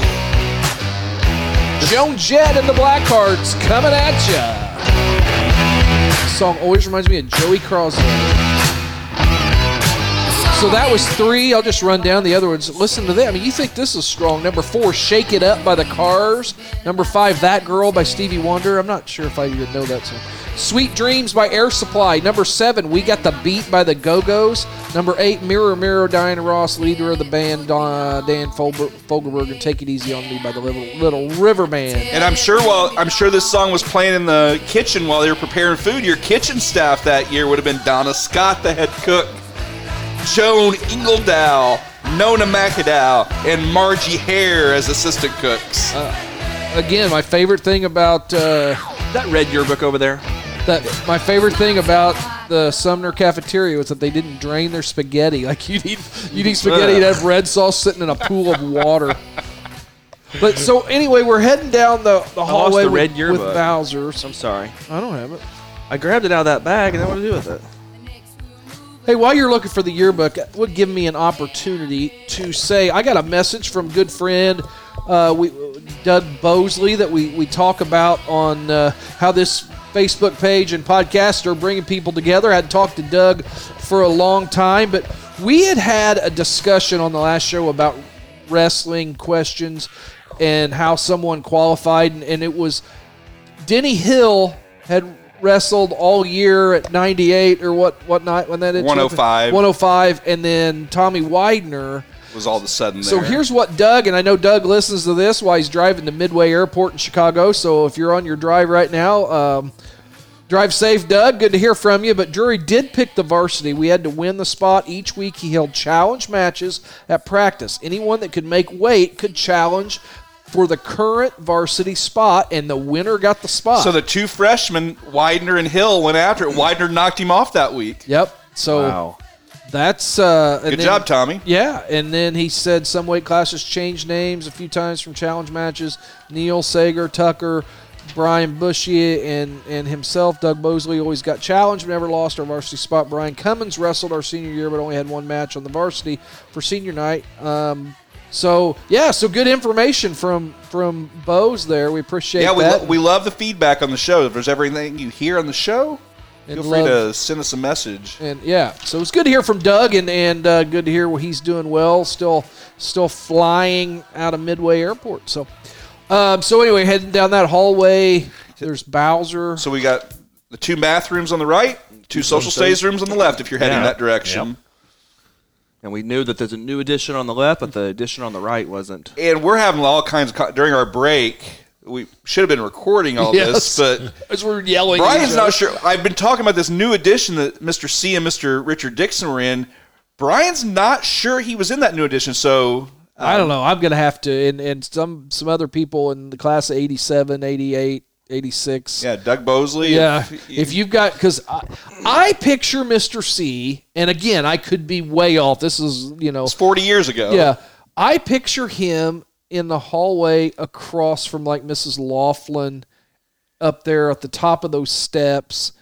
Joan Jett and the Blackhearts coming at ya. This song always reminds me of Joey Crosby. So that was three. I'll just run down the other ones. Listen to them. I mean, you think this is strong. Number four, Shake It Up by the Cars. Number five, That Girl by Stevie Wonder. I'm not sure if I even know that song. Sweet Dreams by Air Supply. Number seven, We Got the Beat by the Go Go's. Number eight, Mirror Mirror, Diana Ross, leader of the band, Don- Dan Folber- Fogelberg, and Take It Easy on Me by the Little, Little River Band. And I'm sure while I'm sure this song was playing in the kitchen while they were preparing food, your kitchen staff that year would have been Donna Scott, the head cook, Joan Ingledow, Nona McAdow, and Margie Hare as assistant cooks. again, my favorite thing about uh, that red yearbook over there. that my favorite thing about the Sumner cafeteria was that they didn't drain their spaghetti. Like you need you need spaghetti to have red sauce sitting in a pool of water. But so anyway, we're heading down the, the hallway the with- red with, yearbook. Bowser's. I'm sorry. I don't have it. I grabbed it out of that bag and I what to do with it. Hey, while you're looking for the yearbook, it would give me an opportunity to say I got a message from good friend uh, we Doug Bosley that we, we talk about on uh, how this Facebook page and podcast are bringing people together. I had talked to Doug for a long time, but we had had a discussion on the last show about wrestling questions and how someone qualified, and, and it was Denny Hill had wrestled all year at 98 or what whatnot when that 105. 105 and then Tommy Widener Was all of a sudden there. so here's what Doug, and I know Doug listens to this while he's driving to Midway Airport in Chicago. So if you're on your drive right now, um, drive safe, Doug. Good to hear from you. But Drury did pick the varsity. We had to win the spot each week. He held challenge matches at practice. Anyone that could make weight could challenge for the current varsity spot, and the winner got the spot. So the two freshmen, Widener and Hill, went after it. Widener knocked him off that week. yep. So that's uh, and Good then- job, Tommy. Yeah, and then he said some weight classes changed names a few times from challenge matches. Neil Sager, Tucker, Brian Bushy, and and himself, Doug Bosley, always got challenged, never lost our varsity spot. Brian Cummins wrestled our senior year, but only had one match on the varsity for senior night. Um, so yeah, so good information from from Bose there. We appreciate Yeah, we, that. lo- we love the feedback on the show. If there's everything you hear on the show, and Feel free love- to send us a message. and yeah, so it's good to hear from Doug, and and uh, good to hear what he's doing well. Still, still flying out of Midway Airport. So, um, so anyway, heading down that hallway. There's Bowser. So we got the two bathrooms on the right, two social stays rooms on the left. If you're heading Yeah. that direction, And we knew that there's a new edition on the left, but the edition on the right wasn't. and we're having all kinds of co- during our break. We should have been recording all Yes. this, but As we're yelling, at each Brian's other. not sure. I've been talking about this new edition that Mr. C and Mr. Richard Dixon were in. Brian's not sure he was in that new edition, so I don't know. I'm going to have to, and, and some some other people in the class of 87, 88, 86. yeah, Doug Bosley. Yeah. if- If you've got, because I, I picture Mr. C, and again, I could be way off. This is, you know, it's forty years ago. yeah. I picture him in the hallway across from like Mrs. Laughlin up there at the top of those steps.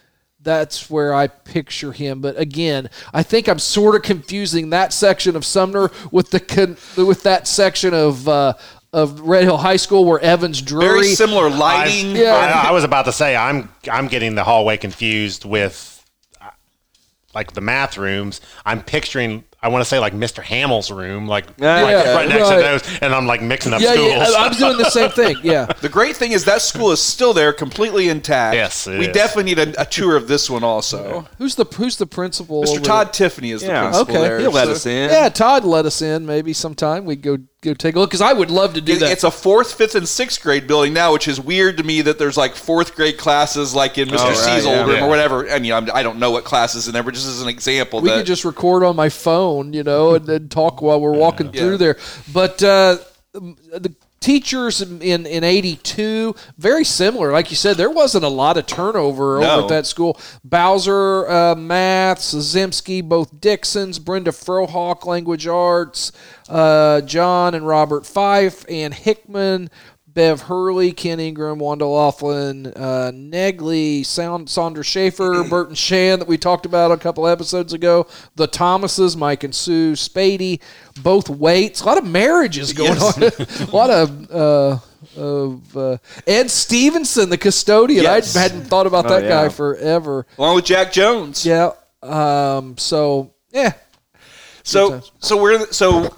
That's where I picture him. But again, I think I'm sort of confusing that section of Sumner with the con- with that section of uh, of Red Hill High School where Evans very Drury. similar lighting. Yeah. I, I was about to say I'm I'm getting the hallway confused with uh, like the math rooms. I'm picturing I want to say like Mr. Hamill's room, like, Yeah, like yeah, right next right. to those, and I'm like mixing up yeah, schools. yeah, I- I'm doing the same thing. Yeah. The great thing is that school is still there, completely intact. Yes, it we is. definitely need a, a tour of this one also. Who's the who's the principal? over Mr. there? Todd Tiffany is Yeah. the principal Okay. there. He'll let so- us in. Yeah, Todd let us in. Maybe sometime we'd go go take a look because I would love to do It- that. It's a fourth, fifth, and sixth grade building now, which is weird to me that there's like fourth grade classes, like in Mr. Oh, right, C's yeah. old room Yeah. or whatever. I mean, I'm, I don't know what classes in there, but just as an example, we that could just record on my phone, you know, and then talk while we're walking through there. But uh, the teachers in- in in '82 very similar, like you said, there wasn't a lot of turnover over No. at that school. Bowser, uh, maths, Zimsky, both Dixons, Brenda Frohawk, language arts, uh, John and Robert Fife, and Hickman. Bev Hurley, Ken Ingram, Wanda Laughlin, uh, Negley, Sound, Saunders Schaefer, Burton Shan that we talked about a couple episodes ago, the Thomases, Mike and Sue, Spady, both Waits. A lot of marriages going on. a lot of. Uh, of uh, Ed Stevenson, the custodian. Yes. I hadn't thought Oh, about that yeah. guy forever. along with Jack Jones. Yeah. Um, so yeah, So, so we're so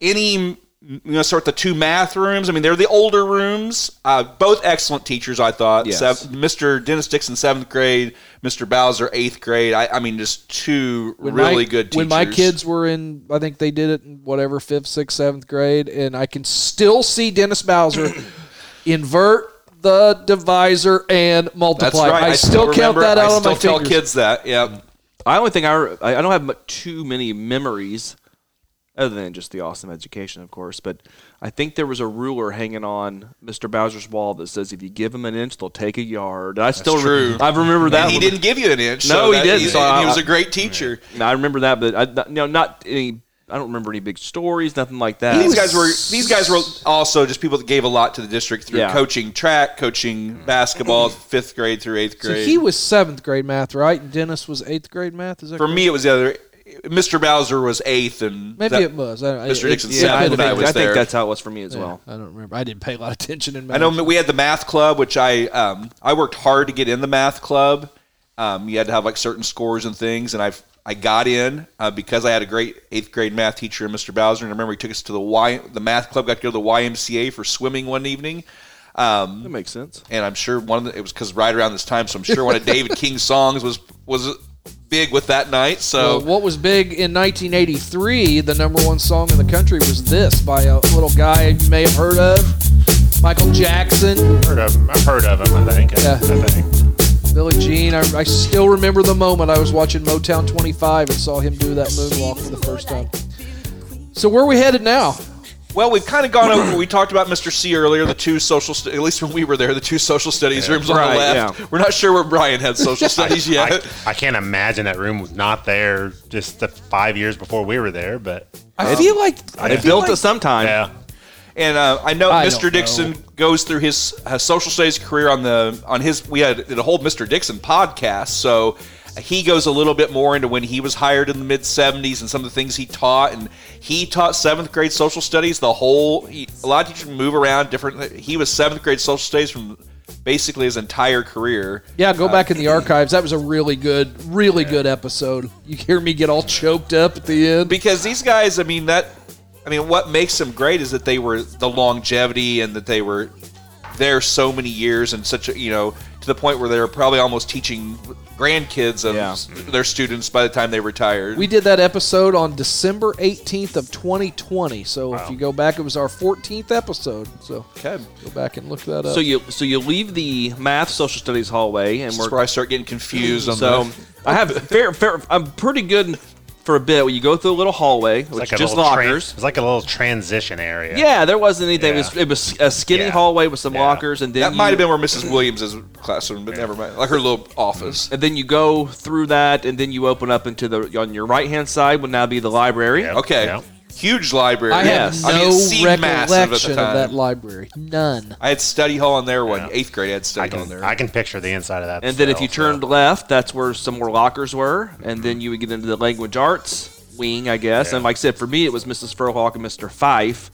any you know start the two math rooms. I mean, they're the older rooms. Uh, both excellent teachers, I thought. Yes. Sev- Mr. Dennis Dixon, seventh grade. Mr. Bowser, eighth grade. I, I mean, just two When really my- good teachers. When my kids were in, I think they did it in whatever fifth, sixth, seventh grade, and I can still see Dennis Bowser invert the divisor and that's multiply. right. I, still count remember- that out I on still my tell fingers. kids that. Yeah. I only think I re- I I don't have mu- too many memories, other than just the awesome education, of course. But I think there was a ruler hanging on Mr. Bowser's wall that says if you give them an inch, they'll take a yard. I still re- true. I remember that. And he one. didn't give you an inch. No, so uh, he that- didn't. So and I- he was a great teacher. I remember that, but I, th- no, not any. I don't remember any big stories, nothing like that. These guys were these guys were also just people that gave a lot to the district through Yeah. coaching track, coaching basketball, fifth grade through eighth So grade. he was seventh grade math, right? And Dennis was eighth grade math. Is that For correct? me, it was the other. Mr. Bowser was eighth, and Maybe that- it was. I don't, Mr. it- Dixon it- said Yeah, I, it could when have think, I been. was I think there. that's how it was for me as well. I don't remember. I didn't pay a lot of attention in math. I know we had the math club, which I um, I worked hard to get in the math club. Um, you had to have like certain scores and things, and I've I got in uh, because I had a great eighth grade math teacher, Mr. Bowser, and I remember he took us to the Y the math club. Got to go to the YMCA for swimming one evening. Um, That makes sense. and I'm sure one of the, it was because right around this time, so I'm sure one of David King's songs was was big with that night. So Well, what was big in 1983, the number one song in the country was this by a little guy you may have heard of, Michael Jackson, Heard of 'em. I've heard of them. I think. I- Yeah. I think. Billy Jean. I, I still remember the moment I was watching Motown 25 and saw him do that moonwalk for the first time. So where are we headed now? Well, we've kind of gone over. We talked about Mr. C earlier. The two social, stu- at least when we were there, the two social studies rooms on Right, the left. yeah. We're not sure where Brian had social studies yet. I, I can't imagine that room was not there just the five years before we were there, but I feel like I They feel built like- it sometime. yeah. and uh, I know I Mr. don't Dixon goes through his uh, social studies career on the on his. We had did a whole Mr. Dixon podcast, so he goes a little bit more into when he was hired in the mid '70s and some of the things he taught. And he taught seventh grade social studies. The whole he, a lot of teachers move around different. He was seventh grade social studies from basically his entire career. Yeah, go back in the archives. That was a really good, really good episode. You hear me get all choked up at the end. because these guys, I mean that, I mean what makes them great is that they were the longevity and that they were there so many years and such a you know to the point where they were probably almost teaching grandkids of Yeah. s- their students by the time they retired. We did that episode on December 18th of 2020. So if you go back, it was our 14th episode. So okay. go back and look that up. So you so you leave the math social studies hallway and That's we're where I start getting confused. On so the, I have fair fair. I'm pretty good for a bit when you go through a little hallway, which Like a is just little tran- lockers. it's like a little transition area. yeah, there wasn't anything. Yeah. It, was, it was a skinny Yeah. hallway with some Yeah. lockers, and then that you- might have been where Mrs. Williams' classroom, but never mind. Like her little office. And then you go through that, and then you open up into the on your right hand side would now be the library. Yep. Okay. Yeah. Huge library. I have Yes. no I mean, it seemed massive at the recollection of time. that library. None. I had study hall in there one Yeah. eighth grade. I had I study hall in can, there. I can picture the inside of that. And then if still, you turned so. left, that's where some more lockers were, and then you would get into the language arts wing, I guess. Yeah. And like I said, for me, it was Mrs. Furhawk and Mr. Fife.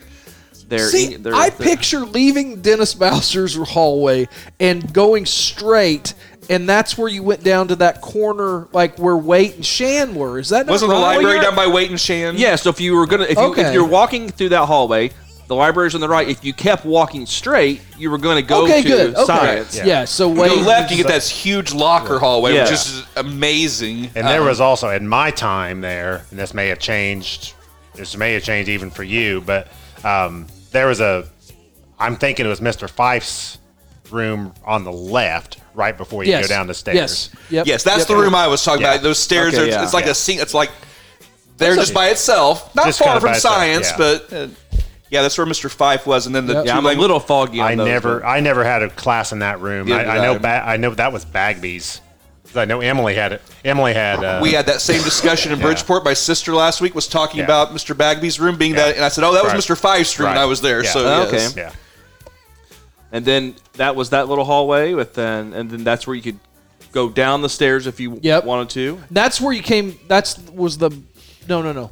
They're, e- See, they're, I they're- picture leaving Dennis Bowser's hallway and going straight, and that's where you went down to that corner, like where Wait and Shan were. Is that not Wasn't the right? Oh, library you're- down by Wait and Shan? Yeah, so if you were gonna, if, you, Okay. if you're walking through that hallway, the library's on the right. If you kept walking straight, you were gonna go okay, to good. Okay. science. Yeah. Yeah. So When Wait. you go left, you get that huge locker hallway, Yeah. which is amazing. And there Um, was also in my time there, and this may have changed. This may have changed even for you, but um, there was a. I'm thinking it was Mr. Fife's room on the left, right before you yes. go down the stairs. Yes. Yep. yes, that's Yep. the room I was talking Yeah. about. Those stairs Okay, are, yeah. it's like Yeah. a scene. It's like they're That's just a- by itself, not Just far kinda by from itself, science, yeah. but uh, yeah, that's where Mr. Fife was, and then the Yeah. two Yeah, I'm a lang- little foggy. On I those, never, I never had a class in that room. Yeah, I, did I know, I. ba- I know that was Bagby's. 'Cause I know Emily had it. Emily had. Uh, We had that same discussion in Bridgeport. My sister last week was talking Yeah. about Mr. Bagby's room being Yeah. that, and I said, "Oh, that was Right. Mr. Fife's room." And Right. I was there, Yeah. so Oh, yes. okay. Yeah. and then that was that little hallway with then, and then that's where you could go down the stairs if you Yep. wanted to. That's where you came. That's was the. No, no, no.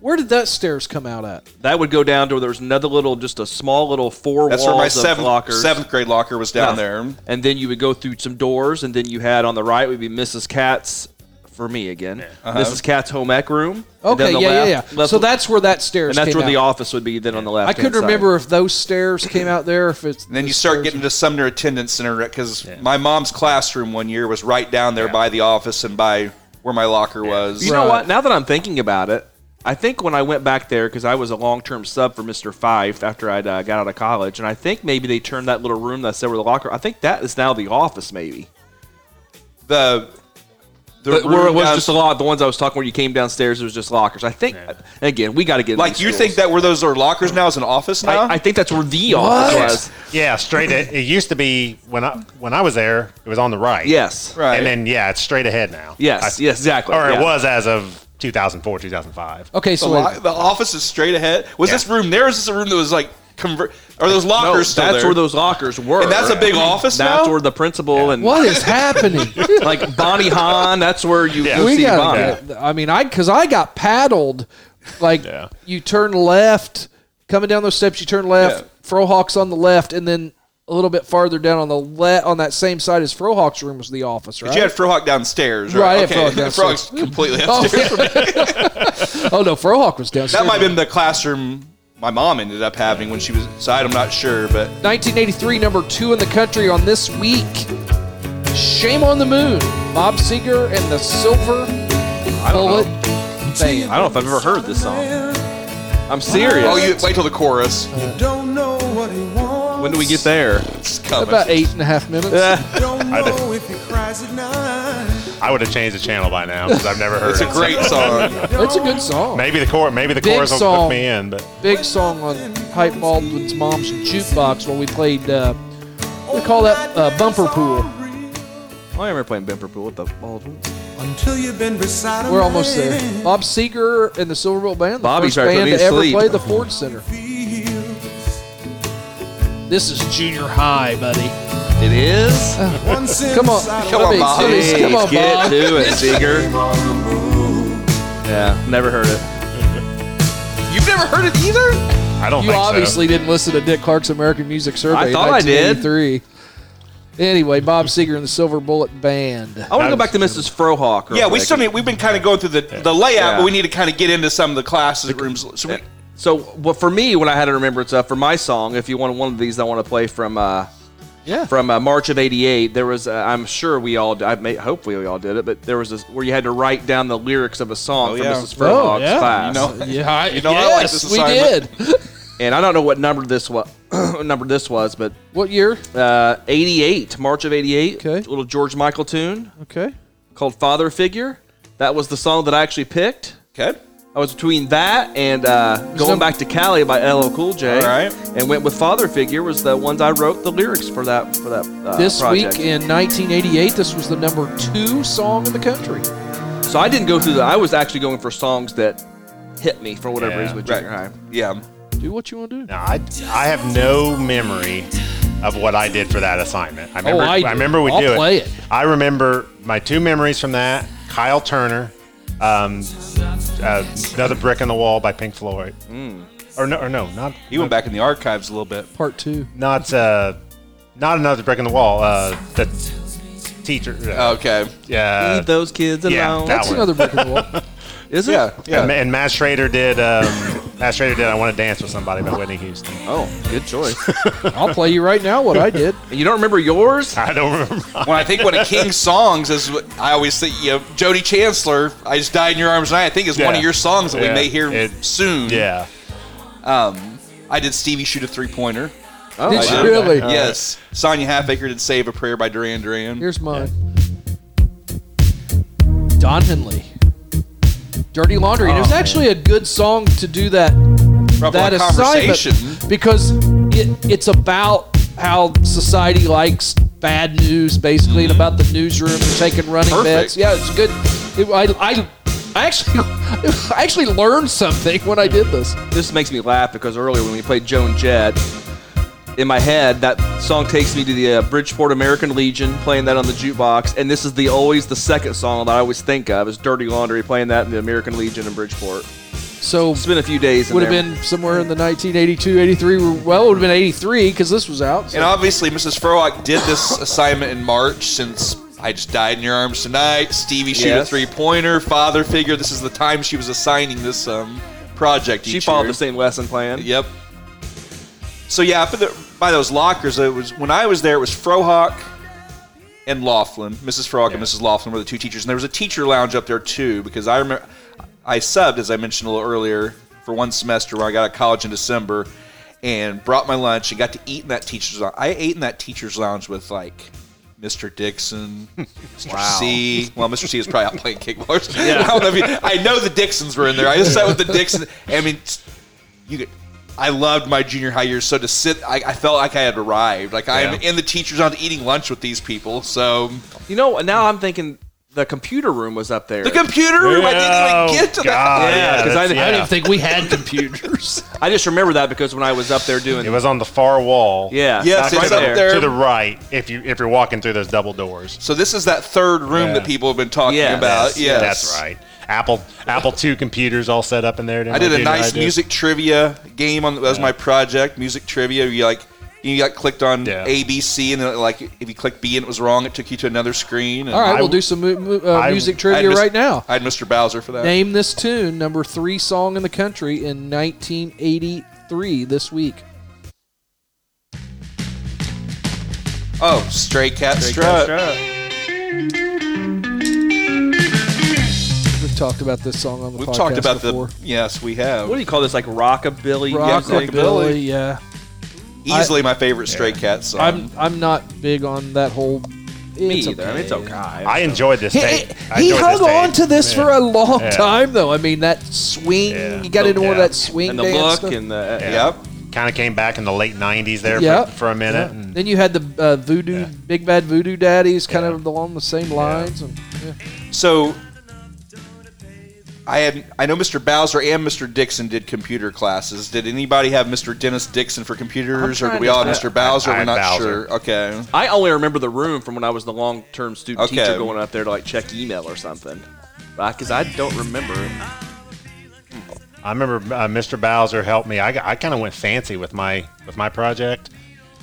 Where did that stairs come out at? That would go down to where there was another little, just a small little four That's where walls my of seventh, lockers. seventh grade locker was Yeah. down there. And then you would go through some doors, and then you had on the right would be Mrs. Cat's, for me again, Uh-huh. Mrs. Cat's home ec room. and Okay, then yeah, the yeah, left- yeah. left- So that's where that stairs. and that's came where the out. office would be. Then on the left, I couldn't remember if those stairs came out there. If it's And then the you start stairs- getting to Sumner Attendance Center because my mom's classroom one year was right down there by the office and by where my locker was. You know Right. what? Now that I'm thinking about it, I think when I went back there because I was a long-term sub for Mr. Fife after I would uh, got out of college, and I think maybe they turned that little room that's there with the locker. I think that is now the office, maybe. The the But where it room was down- just a lot. The ones I was talking where you came downstairs, it was just lockers. I think. Again, we got to get into like these you schools. think that where those are lockers now is an office now? I, I think that's where the office was. Yeah, straight. It, it used to be when I when I was there, it was on the right. Yes. Right. And then yeah, it's straight ahead now. Yes. I- yes. Exactly. Or yeah. it was as of 2004, 2005. Okay, the, so lo- wait. the office is straight ahead. Was Yeah. this room there? Or is this a room that was like convert? Are those No, lockers Oh, that's still there? where those lockers were. And that's a big office That's now? where the principal and what is happening? like Bonnie Hahn. That's where you Yeah. go we see got. Bonnie. to Get, I mean, I because I got paddled. Like Yeah. you turn left, coming down those steps, you turn left. Yeah. Frohawk's on the left, and then a little bit farther down on the left, on that same side as Frohawk's room was the office, right? you had Frohawk downstairs, Right, I right? had Frohawk The downstairs. Frohawk's completely Oh, upstairs. yeah. oh no, Frohawk was downstairs. That might have been the classroom my mom ended up having when she was inside. I'm not sure, but 1983, number two in the country on this week. Shame on the Moon, Bob Seger and the Silver Bullet Band. I don't know if I've ever heard this song. I'm serious. oh, you wait till the chorus. Don't know what he wants. when do we get there? It's coming. About eight and a half minutes. Don't I did- know if he cries at night. I would have changed the channel by now because I've never heard It's it. a great song. It's a good song. Maybe the core, maybe the Big chorus will song. hook me in, but Big song on Hype Baldwin's mom's jukebox when we played. Uh, we call that uh, bumper pool. Oh, I remember playing Bumper Pool with the Baldwins. Until you've been beside a We're almost there. man. Bob Seger and the Silver Bullet Band, the Bobby's first right, put band me to to ever sleep. play the Ford Center. This is junior high, buddy. It is. Once Come on, inside a Come on, Let me- Bob. let me- Hey, Oh, come on, get Bob. to it, Seeger. yeah, never heard it. You've never heard it either? I don't You think obviously didn't listen to Dick Clark's American Music Survey. I in thought I did. 1983. Anyway, Bob Seger and the Silver Bullet Band. I want to go back to Mrs. Frohawk. real Yeah, we quick. still need. We've been kind of going through the, the layout, Yeah. but we need to kind of get into some of the classes rooms. So we, So, well, for me, when I had a remembrance of uh, for my song, if you want one of these, I want to play from uh, Yeah. from uh, March of '88. There was, uh, I'm sure we all, I may, hopefully we all did it, but there was this where you had to write down the lyrics of a song from yeah. Mrs. Furlong's Oh, yeah. class. no, Yeah, I, know, I like this assignment. we did. And I don't know what number this was, number this was, but What year? uh, '88, March of '88. Okay. little George Michael tune Okay. called "Father Figure." That was the song that I actually picked. okay, I was between that and uh, going some- back to Cali by LL Cool J. All right. And went with Father Figure was the ones I wrote the lyrics for that for that. Uh, This project. week in 1988, this was the number two song in the country. so I didn't go through the. I was actually going for songs that hit me for whatever Yeah, reason with right, junior high. yeah. Do what you want to do. Now, I, I have no memory of what I did for that assignment. I remember, Oh, I do. remember we I'll do play it. it. I remember my two memories from that Kyle Turner, um, uh, Another Brick in the Wall by Pink Floyd. Hmm. Or, no, or no, not, He went back in the archives a little bit. Part two. not, uh, not Another Brick in the Wall. Uh, the teacher. Uh, Okay, yeah. Leave those kids alone. yeah, that That's one. another brick in the wall. Is it? yeah, yeah. And, and Matt Schrader did. Um, Matt Schrader did. I want to dance with somebody by Whitney Houston. Oh, good choice. I'll play you right now what I did. And you don't remember yours? I don't remember. When I think one of King's songs is, what- I always think you know, Jody Chancellor. I just died in your arms, and I think is one Yeah. of your songs that Yeah. we may hear It- soon. yeah. I did Stevie shoot a three pointer. Oh, Did I you did. really? yes, Sonia Halfacre did "Save a Prayer" by Duran Duran. Here's mine. Don Henley. Dirty Laundry. and it Oh, was actually a good song to do that Brought up that a conversation. assignment because it, it's about how society likes bad news basically and about the newsroom and taking running Mm-hmm. bets. Perfect. Yeah, it's good. It, I, I, I actually I actually learned something when I did this. this makes me laugh because earlier when we played Joan Jett, in my head that song takes me to the uh, Bridgeport American Legion playing that on the jukebox, and this is the always the second song that I always think of is "Dirty Laundry" playing that in the American Legion in Bridgeport. So It's been a few days. in would have there. been somewhere in the 1982, 83. Well, it would have been 83 because this was out. so- And obviously, Mrs. Frohawk did this assignment in March since I Just Died in Your Arms Tonight, Stevie Shoot Yes. a Three Pointer, Father Figure. This is the time she was assigning this um, project. She each followed year. the same lesson plan. Yep. So, yeah, for the, by those lockers, it was when I was there, it was Frohawk and Laughlin. Mrs. Frohawk and Mrs. Laughlin were the two teachers. And there was a teacher lounge up there, too, because I remember I subbed, as I mentioned a little earlier, for one semester where I got out of college in December and brought my lunch and got to eat in that teacher's lounge. I ate in that teacher's lounge with, like, Mr. Dixon, Mr. C. Well, Mr. C is probably out playing kickballers. I don't know if you, I know the Dixons were in there. I just sat with the Dixon. I mean, you could I loved my junior high years. So to sit, I, I felt like I had arrived. Like I'm in the teacher's lounge eating lunch with these people. So You know, now I'm thinking the computer room was up there. the computer room, I didn't even get to Oh, God, that. Yeah, 'cause I that's- didn't- I yeah. think we had computers. I just remember that because when I was up there doing, It was on the far wall. yeah, Yes, right it's up there. there. To the right, if you if you're walking through those double doors. So this is that third room Yeah. that people have been talking Yes. about. Uh, Yes, That's right. Apple Apple II computers all set up in there. didn't I did we, a Junior? nice music trivia game on that was my project, music trivia. You like you like clicked on Yeah. A B C and then like if you clicked B and it was wrong, it took you to another screen. And All right, I- we'll do some mu- mu- uh, I- music I Uh, had trivia Mis- right now. I had Mr. Bowser for that. Name this tune, number three song in the country in 1983 this week. Oh, Stray Cat Strut. We've talked about this song on the We've podcast talked about before. the yes, we have. What do you call this? Like rockabilly? yeah, Rockabilly, Rockabilly. yeah. Easily my favorite Stray Cat song. I'm I'm not big on that whole. Me it's either. I mean, it's okay. I enjoyed this He, tape. I he enjoyed hung this tape. on to this for Yeah. a long Yeah. time, though. I mean, that swing. Yeah. You got into more of Yeah. that swing and the dance look stuff. and the Yep. Kind of came back in the late '90s there Yeah. for, for a Yeah. minute. and- Then you had the uh, voodoo, Yeah. big bad voodoo daddies, kind Yeah. of along the same lines. And, yeah. So I had I know Mr. Bowser and Mr. Dixon did computer classes. Did anybody have Mr. Dennis Dixon for computers, or do we all have Mr. Bowser? I We're had not Bowser. sure. Okay. I only remember the room from when I was the long-term student Okay. teacher going up there to like check email or something, right? Because I don't remember. I remember uh, Mr. Bowser helped me. I, got- I kind of went fancy with my with my project.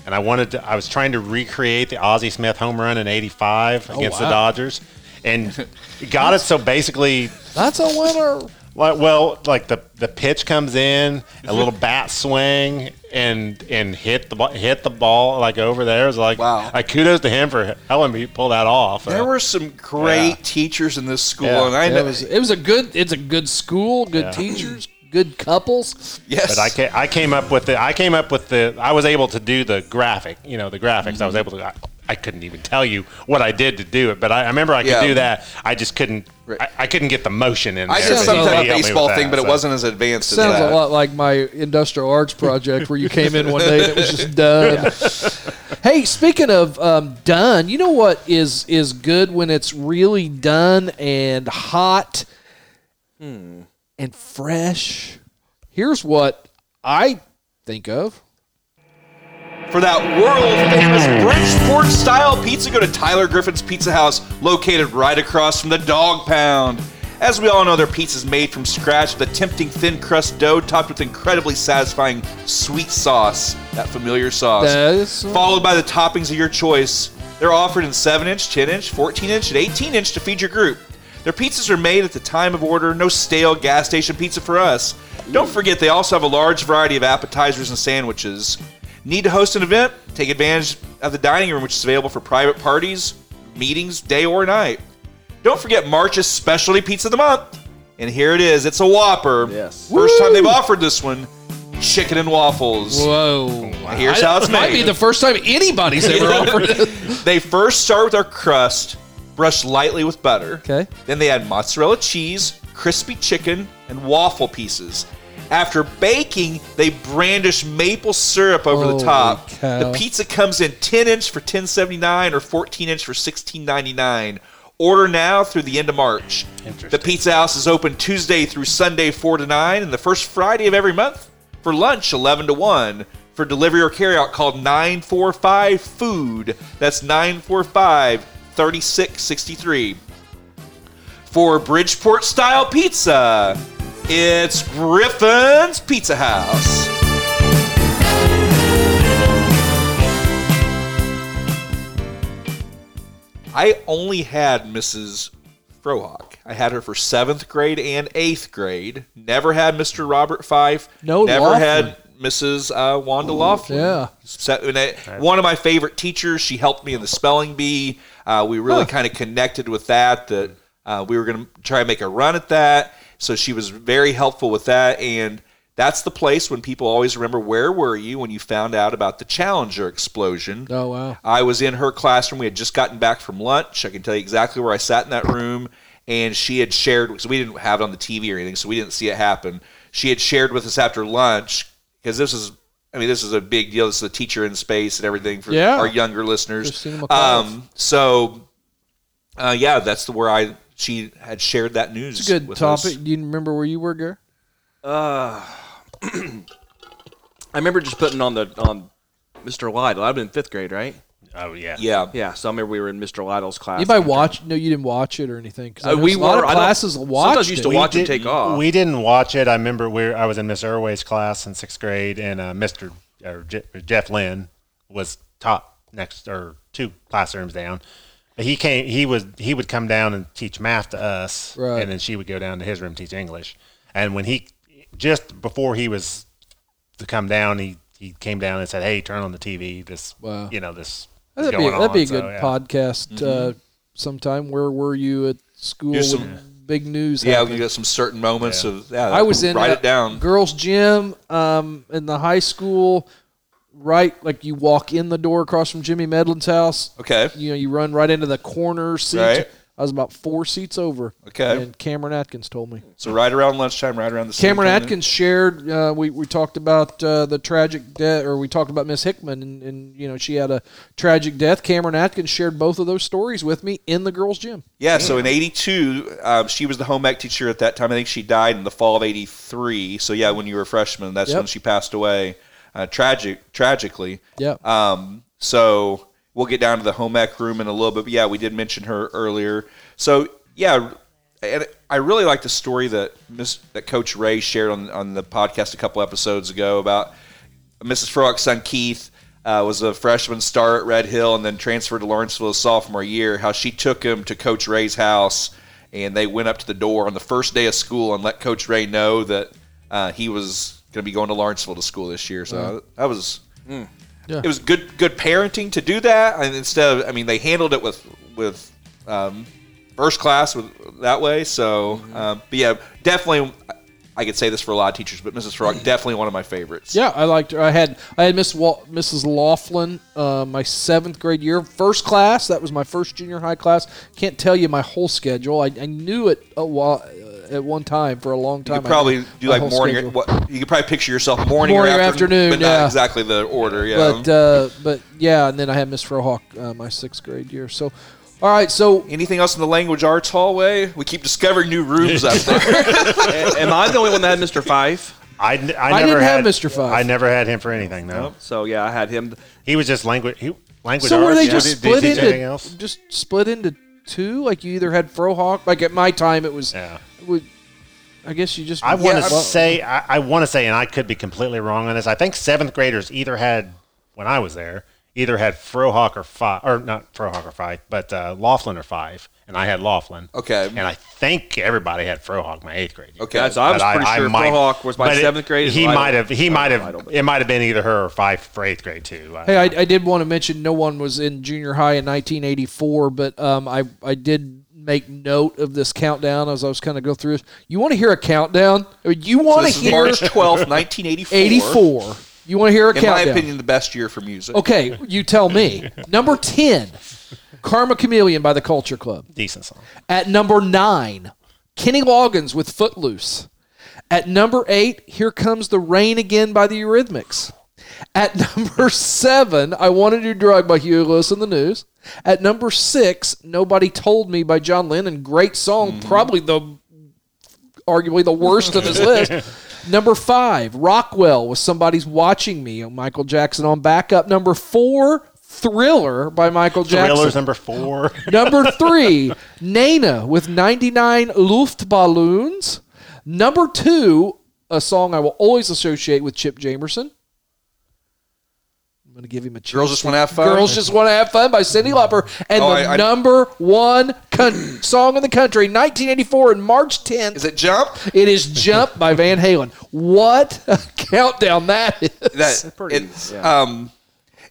and I wanted to. I was trying to recreate the Ozzie Smith home run in '85 Oh, against the wow. Dodgers, and got it. So basically, That's a winner. like well, like the the pitch comes in, a little bat swing, and and hit the ba- hit the ball like over there. It's like Wow. Like kudos to him for helping me pull that off. There Uh, were some great Yeah. teachers in this school, Yeah. and I It know. was it was a good it's a good school, good Yeah. teachers, good couples. yes, But I came, I came up with the I came up with the I was able to do the graphic, you know, the graphics. I was able to. I, I couldn't even tell you what I did to do it, but I, I remember I could Yeah. do that. I just couldn't. Right. I, I couldn't get the motion in. I there. did some Somebody type of helped me with baseball that, thing, but it so. wasn't as advanced as Sounds that. a lot like my industrial arts project where you came in one day and it was just done. Hey, speaking of um, done, you know what is is good when it's really done and hot and fresh. Here's what I think of. For that world famous Bridgeport style pizza, go to Tyler Griffin's Pizza House, located right across from the Dog Pound. As we all know, their pizza's made from scratch with a tempting thin crust dough topped with incredibly satisfying sweet sauce, that familiar sauce, That is- followed by the toppings of your choice. They're offered in 7 inch, 10 inch, 14 inch, and 18 inch to feed your group. Their pizzas are made at the time of order, no stale gas station pizza for us. Mm. Don't forget, they also have a large variety of appetizers and sandwiches. Need to host an event? Take advantage of the dining room, which is available for private parties, meetings, day or night. Don't forget March's specialty pizza of the month. And here it is. It's a Whopper. Yes. First time they've offered this one chicken and waffles. Whoa. Here's how it's Might be made. the first time anybody's ever offered it. They first start with our crust, brushed lightly with butter. Okay. Then they add mozzarella cheese, crispy chicken, and waffle pieces. After baking, they brandish maple syrup over Holy the top. cow. The pizza comes in 10 inch for 10.79 or 14 inch for 16.99. Order now through the end of March. The Pizza House is open Tuesday through Sunday 4 to 9 and the first Friday of every month for lunch 11 to 1. For delivery or carryout call 945 food. That's 945 3663 for Bridgeport style pizza. It's Griffin's Pizza House. I only had Mrs. Frohawk. I had her for seventh grade and eighth grade. Never had Mr. Robert Fife. No Never Laughlin. had Mrs. Uh, Wanda Laughlin. yeah. So, and I- one of my favorite teachers. She helped me in the spelling bee. Uh, we really kind of connected with that. That uh, we were going to try and make a run at that. So she was very helpful with that, and that's the place when people always remember where were you when you found out about the Challenger explosion. Oh wow. I was in her classroom. We had just gotten back from lunch. I can tell you exactly where I sat in that room. And she had shared, because we didn't have it on the TV or anything, so we didn't see it happen. She had shared with us after lunch, because this is, I mean, this is a big deal. This is a teacher in space and everything for Yeah. our younger listeners. Christina McAuliffe. Um, so, uh, yeah, that's the where I she had shared that news. It's a good with us. topic. Do you remember where you were, Gary? I remember just putting on the on Mr. Lytle. I've been in fifth grade, right? Oh yeah. Yeah. Yeah, so I remember we were in Mr. Lytle's class. Anybody watch? No, you didn't watch it or anything. 'cause I Uh, know we a lot were- of I don't- classes watched. sometimes used to it. watch him did- take off. We didn't watch it. I remember we I was in Miss Irway's class in sixth grade, and uh, Mr. Or Je- Jeff Lynn was top next or two classrooms down. But he came. He was he would come down and teach math to us, Right. and then she would go down to his room and teach English. And when he just before he was to come down, he he came down and said, "Hey, turn on the TV. This Wow. you know this." is That'd be, going that'd be a on." So, good yeah. podcast uh, sometime. Where were you at school? Do some- when big news. Yeah, happened? we got some certain moments of. Yeah, I was in Write a it down. girls' gym um, in the high school. Right, like you walk in the door across from Jimmy Medlin's house. Okay. you know you run right into the corner seat. Right. I was about four seats over. Okay. and Cameron Atkins told me. So right around lunchtime, right around the same Cameron time. Atkins shared. Uh, we we talked about uh, the tragic death, or we talked about Miss Hickman, and, and you know she had a tragic death. Cameron Atkins shared both of those stories with me in the girls' gym. Yeah, so in '82, um, she was the home ec teacher at that time. I think she died in the fall of '83. So yeah, when you were a freshman, that's Yep. when she passed away, uh, tragic, tragically. Yeah, Um, so we'll get down to the home ec room in a little bit. But yeah, we did mention her earlier. So yeah, and I really like the story that Miss that Coach Ray shared on on the podcast a couple episodes ago about Mrs. Frog's son Keith. uh, was a freshman star at Red Hill and then transferred to Lawrenceville his sophomore year, how she took him to Coach Ray's house and they went up to the door on the first day of school and let Coach Ray know that uh, he was going to be going to Lawrenceville to school this year. So that was Yeah. it was good good parenting to do that and instead of i mean they handled it with with um, first class with that way so um, but yeah definitely i could say this for a lot of teachers but mrs frog definitely one of my favorites Yeah, I liked her. I had I had Miss Wa- Mrs. Laughlin uh, my seventh grade year, first class. That was my first junior high class. Can't tell you my whole schedule. I, I knew it a while, at one time for a long you time. could probably I knew do my like whole morning or, schedule. what you could probably picture yourself morning, Morning or or afternoon, but yeah. not exactly the order yeah But uh, but yeah, and then I had Miss Frohawk uh, my sixth grade year. So, all right, so Anything else in the language arts hallway? We keep discovering new rooms up there. A- Am I the only one that had Mr. Fife? I, n- I I never didn't have had Mr. Five. I never had him for anything. No, So yeah, I had him. he was just language. He, language. so were arts. they Yeah. just Did- did split he do anything into else? just split into two? Like you either had Frohawk. Like at my time, it was. Yeah. would- I guess you just. I want to Well, say I, I want to say, and I could be completely wrong on this. I think seventh graders either had when I was there either had Frohawk or five or not Frohawk or five, but uh, Laughlin or five, and I had Laughlin. Okay. and I think everybody had Frohawk my eighth grade. year. Okay. That's, I was But pretty sure might- Mohawk was my but it- seventh grade. He I don't- might have. He I might don't- I don't have. believe It might have been either her or five for eighth grade too. uh, I- Hey, uh, I, I did want to mention no one was in junior high in 1984, but um, I I did make note of this countdown as I was kind of go through. this. You want to hear a countdown? I mean, You want to this is hear March 12th, 1984. 84? You want to hear a In my countdown? opinion, the best year for music. Okay, you tell me. Number 10, Karma Chameleon by the Culture Club. Decent song. At number nine, Kenny Loggins with Footloose. At number eight, Here Comes the Rain Again by the Eurythmics. At number seven, I Wanted You Drug by Huey Lewis and the News. At number six, Nobody Told Me by John Lennon. Great song, probably the arguably the worst of this list. Number five, Rockwell with Somebody's Watching Me, Michael Jackson on backup. Number four, Thriller by Michael Jackson. Thrillers number four. Number three, Nana with 99 Luftballons. Number two, a song I will always associate with Chip Jamerson. I'm going to give him a chance. Girls Just Wanna Have Fun? Girls Just Want to Have Fun by Cindy Lauper. And Oh, the I- I- number one con- song in the country, 1984 and March 10th. Is it Jump? it is Jump by Van Halen. What a countdown that is. That pretty- it's, yeah. um,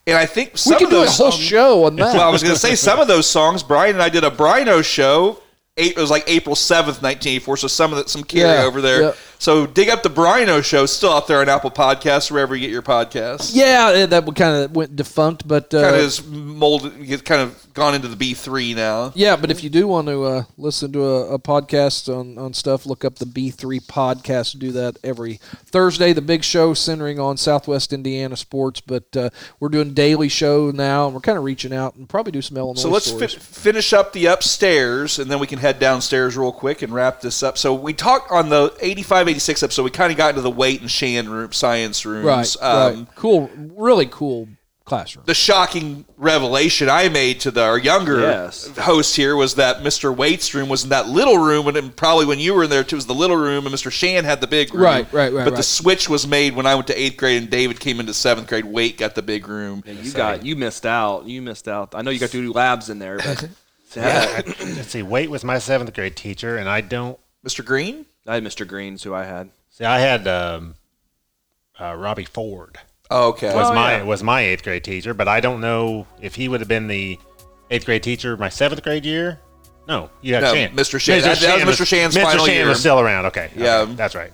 and I think some we could of do a those um, whole songs- show on that. Well, I was going to say some of those songs. Brian and I did a Brino show. Eight, it was like April seventh, nineteen eighty four. So some of the, some carryover over there. yeah. So dig up the Brino show. it's Still out there on Apple Podcasts, wherever you get your podcasts. yeah, that kind of went defunct, but uh, Kind of is molded. It's kind of gone into the B three now. Yeah, but if you do want to uh, listen to a, a podcast on, on stuff, look up the B3 podcast. Do that every Thursday. The big show centering on Southwest Indiana sports, but uh, we're doing daily show now, and we're kind of reaching out and probably do some Illinois. So let's fi- stories. finish up the upstairs, and then we can head downstairs real quick and wrap this up. So we talked on the 85, 86 episode. We kind of got into the weight and Shan room, science rooms. right, Um, right. Cool, really cool classroom. The shocking revelation I made to the, our younger Yes. host here was that Mr. Waite's room was in that little room, and probably when you were in there too was the little room, and Mr. Shan had the big room. Right, right, right, But the right. switch was made when I went to eighth grade, and David came into seventh grade. Waite got the big room. Yeah, you got you missed out. You missed out. I know you got to do labs in there, but Let's see. Wait was my seventh grade teacher, and I don't Mr. Green, I had Mr. Green's who I had. see. I had um, uh, Robbie Ford. oh, okay, was Oh, my yeah. was my eighth grade teacher, but I don't know if he would have been the eighth grade teacher my seventh grade year. No, you had No, Shan. Mr. Shan. That- that was Mr. Shan's Mr. final Shan year. was still around. Okay, Yeah. okay, that's right.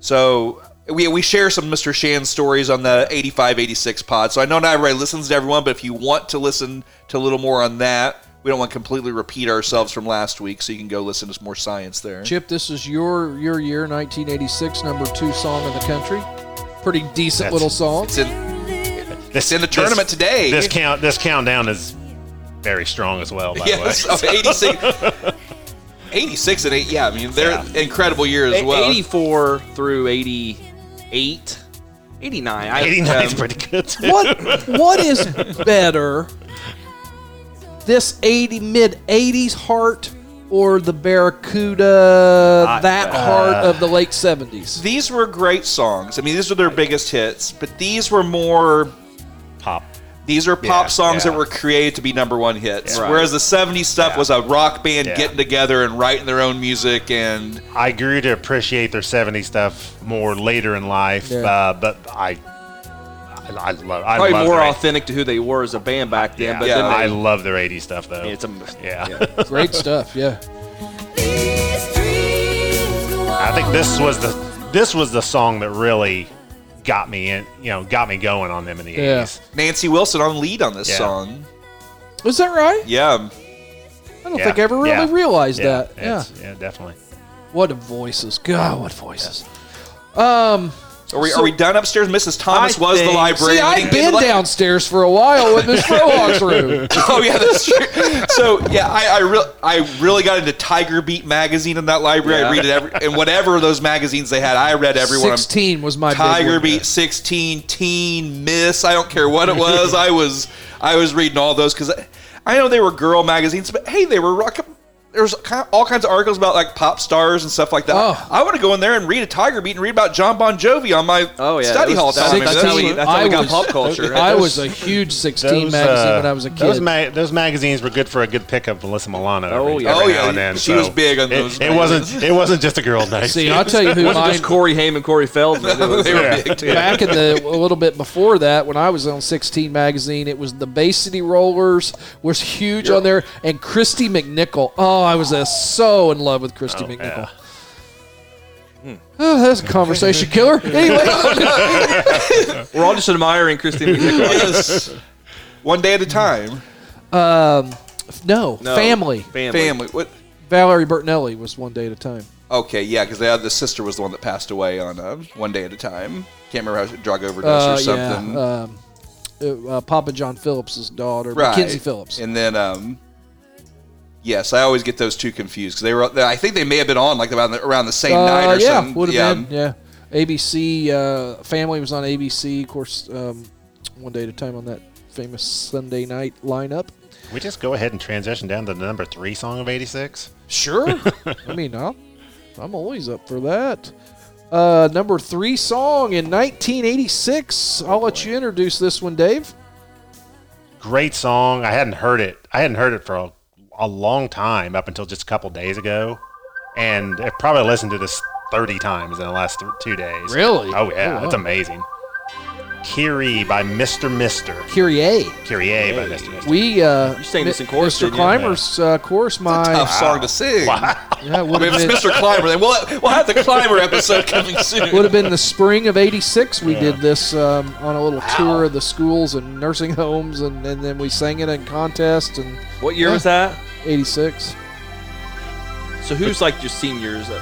So we, we share some Mr. Shan stories on the 85 86 pod. So I know not everybody listens to everyone, but if you want to listen to a little more on that, we don't want to completely repeat ourselves from last week. So you can go listen to some more science there. Chip, this is your your year, 1986, number two song in the country. Pretty decent That's- little song. It's in, This in the tournament today. This count this countdown is very strong as well. By yes, the way, of 86. 86 and 8, yeah, I mean, they're Yeah. incredible year as A- well. 84 through 88, 89. I- 89 is um, pretty good. Too. what what is better this 80 mid 80s heart or the barracuda I- that uh, heart of the late 70s These were great songs. I mean, these were their biggest hits, but these were more Pop. These are pop Yeah, songs yeah. that were created to be number one hits. Yeah. Right. Whereas the 70s stuff Yeah. was a rock band Yeah. getting together and writing their own music and I grew to appreciate their 70s stuff more later in life, Yeah. uh, but I, I, I love, I Probably love more their, authentic to who they were as a band back then. Yeah, but yeah, then I they, love their 80s stuff though. it's a yeah. Great stuff. Yeah. I think this was the this was the song that really got me in, you know, got me going on them in the Yeah. 80s. Nancy Wilson on lead on this Yeah. song. Is that right? Yeah. I don't Yeah, think I ever really yeah, realized that. Yeah. it's- yeah, definitely. What a voices. God, what voices. Are we, are we done upstairs? Mrs. Thomas I was the think- librarian. See, We I've didn't get been the li- downstairs for a while with Miss Frohawk's room. oh yeah, that's true. So yeah, I I, re- I really got into Tiger Beat magazine in that library. I Yeah. read it every and whatever those magazines they had, I read every one. of them. 16 was my big Tiger one. Beat, sixteen, Teen, Miss. I don't care what it was. I was I was reading all those because I, I know they were girl magazines, but hey, they were rock. There was ki- all kinds of articles about like pop stars and stuff like that. Oh. I want to go in there and read a Tiger Beat and read about John Bon Jovi on my Oh yeah, study that hall was- time. I mean, That's how we, Sixteen. that's how we I got was- pop culture. I Those- was a huge 16 Those, magazine uh, when I was a Those, kid. ma- those magazines were good for a good pickup for Melissa Milano. Oh, every- yeah. every Oh, yeah. now and then, She so was big on it- those It, wasn't. It wasn't just a girl night. See, I'll tell you who It wasn't mine just Corey Haim and Corey Feldman. It was- uh, they were Yeah. big too. back in the a little bit before that when I was on 16 magazine it was the Bay City Rollers was huge on there and Christy McNichol oh I was uh, so in love with Christy McNichol oh that's a conversation killer anyway We're all just admiring Christine McNichol. Yes. One day at a time. no, No. family Family. What? Valerie Bertinelli was one day at a time Okay, yeah, because the sister was the one that passed away on uh, one day at a time. Can't remember how she, drug overdose uh, or something. yeah um, uh, uh, Papa John Phillips' daughter right. Mackenzie Phillips And then, um, yes, I always get those two confused because they were. I think they may have been on like around the, around the same night Uh, or yeah, something. would have been. Yeah, ABC uh, Family was on ABC, of course. Um, one day at a time on that famous Sunday night lineup. we just go ahead and transition down to the number three song of '86. Sure. I mean, I'm, I'm always up for that. Uh, number three song in 1986. I'll let you introduce this one, Dave. Great song. I hadn't heard it. I hadn't heard it for a, a long time up until just a couple days ago, and I probably listened to this 30 times in the last th- two days. Really? Oh yeah, Oh, it's wow. amazing. Kyrie by Mr. Mister. Kyrie. Kyrie by Mr. Mister. We uh, You sang this in Mi- chorus, Mr. didn't you? Climber's uh, chorus. Tough My song to sing. yeah, would I mean, have if been, it's Mr. Climber, then we'll, we'll have the Climber episode coming soon. would have been the spring of '86. We did this um, on a little tour of the schools and nursing homes, and, and then we sang it in contests and What year was that? '86 So who's like your seniors? Uh,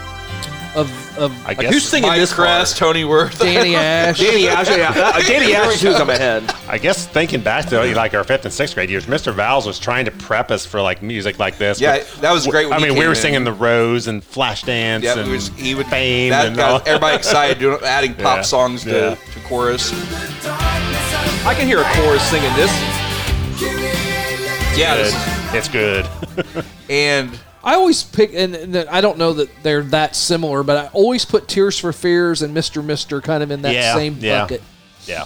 Like, of of I guess who's singing Mike this Kress, crest? Tony Worth. Danny Ash. Danny Ash. Yeah, that- Danny Ash is who's on my head. I guess thinking back to like our fifth and sixth grade years, Mr. Vowles was trying to prep us for like music like this. Yeah, With- that was great when I he mean, we came were in. singing the Rose and Flashdance Yeah, and it was, he would Fame That and all. got everybody excited doing adding pop Yeah, songs to, yeah. to chorus. I can hear a chorus singing this. Yeah, good. this is- It's good. and I always pick, and, and I don't know that they're that similar, but I always put Tears for Fears and Mister Mister kind of in that Yeah, same yeah. bucket. yeah,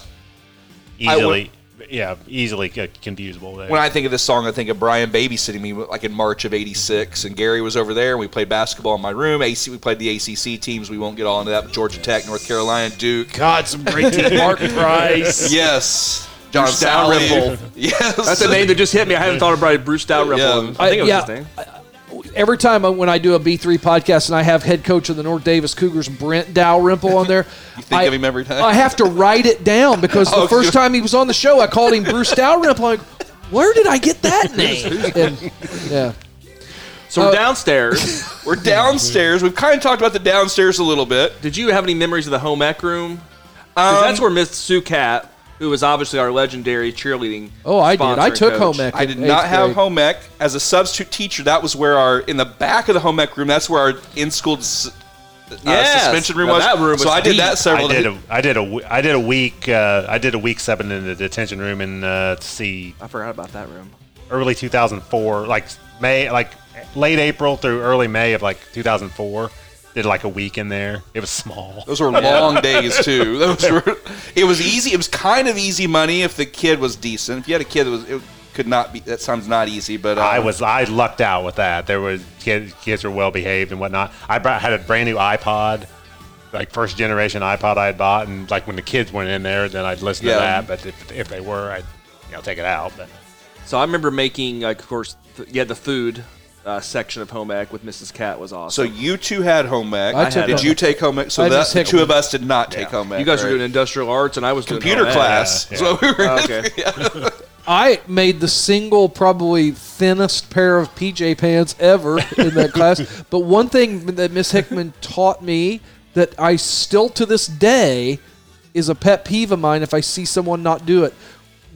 I would- easily. yeah, easily c- confusable. There. when I think of this song, I think of Brian babysitting me like in March of '86, and Gary was over there, and we played basketball in my room. AC, we played the ACC teams. We won't get all into that. But Georgia Tech, North Carolina, Duke. God, some great team. Martin Price. Yes, John Sally. Dalrymple. Yes, That's a name that just hit me. I hadn't thought about it. Bruce Dalrymple. Yeah. I think it was I- his name. Every time I, when I do a B three podcast and I have head coach of the North Davis Cougars Brent Dalrymple on there, you think I, of him every time? I have to write it down because the Oh, first good. time he was on the show, I called him Bruce Dalrymple. I'm like, where did I get that name? And, yeah. So we're Uh, downstairs. We're downstairs. We've kind of talked about the downstairs a little bit. Did you have any memories of the home ec room? 'Cause Um, that's where Miss Sue Cat, who was obviously our legendary cheerleading. Oh, I did. sponsor I and took coach. home ec. I did in not eighth have grade. home ec as a substitute teacher. That was where our in the back of the home ec room. That's where our in school s- uh, Yes. suspension room Now was. that room was so I did deep. that several. I did days. a I did a w- I did a week uh, I did a week seven in the detention room in uh, see I forgot about that room. early 2004, like May, like late April through early May of like 2004. Did like a week in there. It was small. Those were long days too. Those were. It was easy. It was kind of easy money if the kid was decent. If you had a kid that was, it could not be. That sounds not easy, but uh, I was I lucked out with that. There was kids, kids were well behaved and whatnot. I brought, had a brand new iPod, like first generation iPod I had bought, and like when the kids went in there, then I'd listen Yeah. to that. But if, if they were, I'd you know take it out. But So I remember making, like, of course, th- yeah, the food uh, section of home ec with Mrs. Cat was So awesome. you two had home ec. I took did home you ec. take home ec? So I that, just the took- two of us did not take Yeah. home ec. you guys were right? doing industrial arts, and I was computer doing home ec. class. Yeah, So we were. Oh, okay. I made the single probably thinnest pair of PJ pants ever in that class. But one thing that Miss Hickman taught me that I still to this day is a pet peeve of mine if I see someone not do it.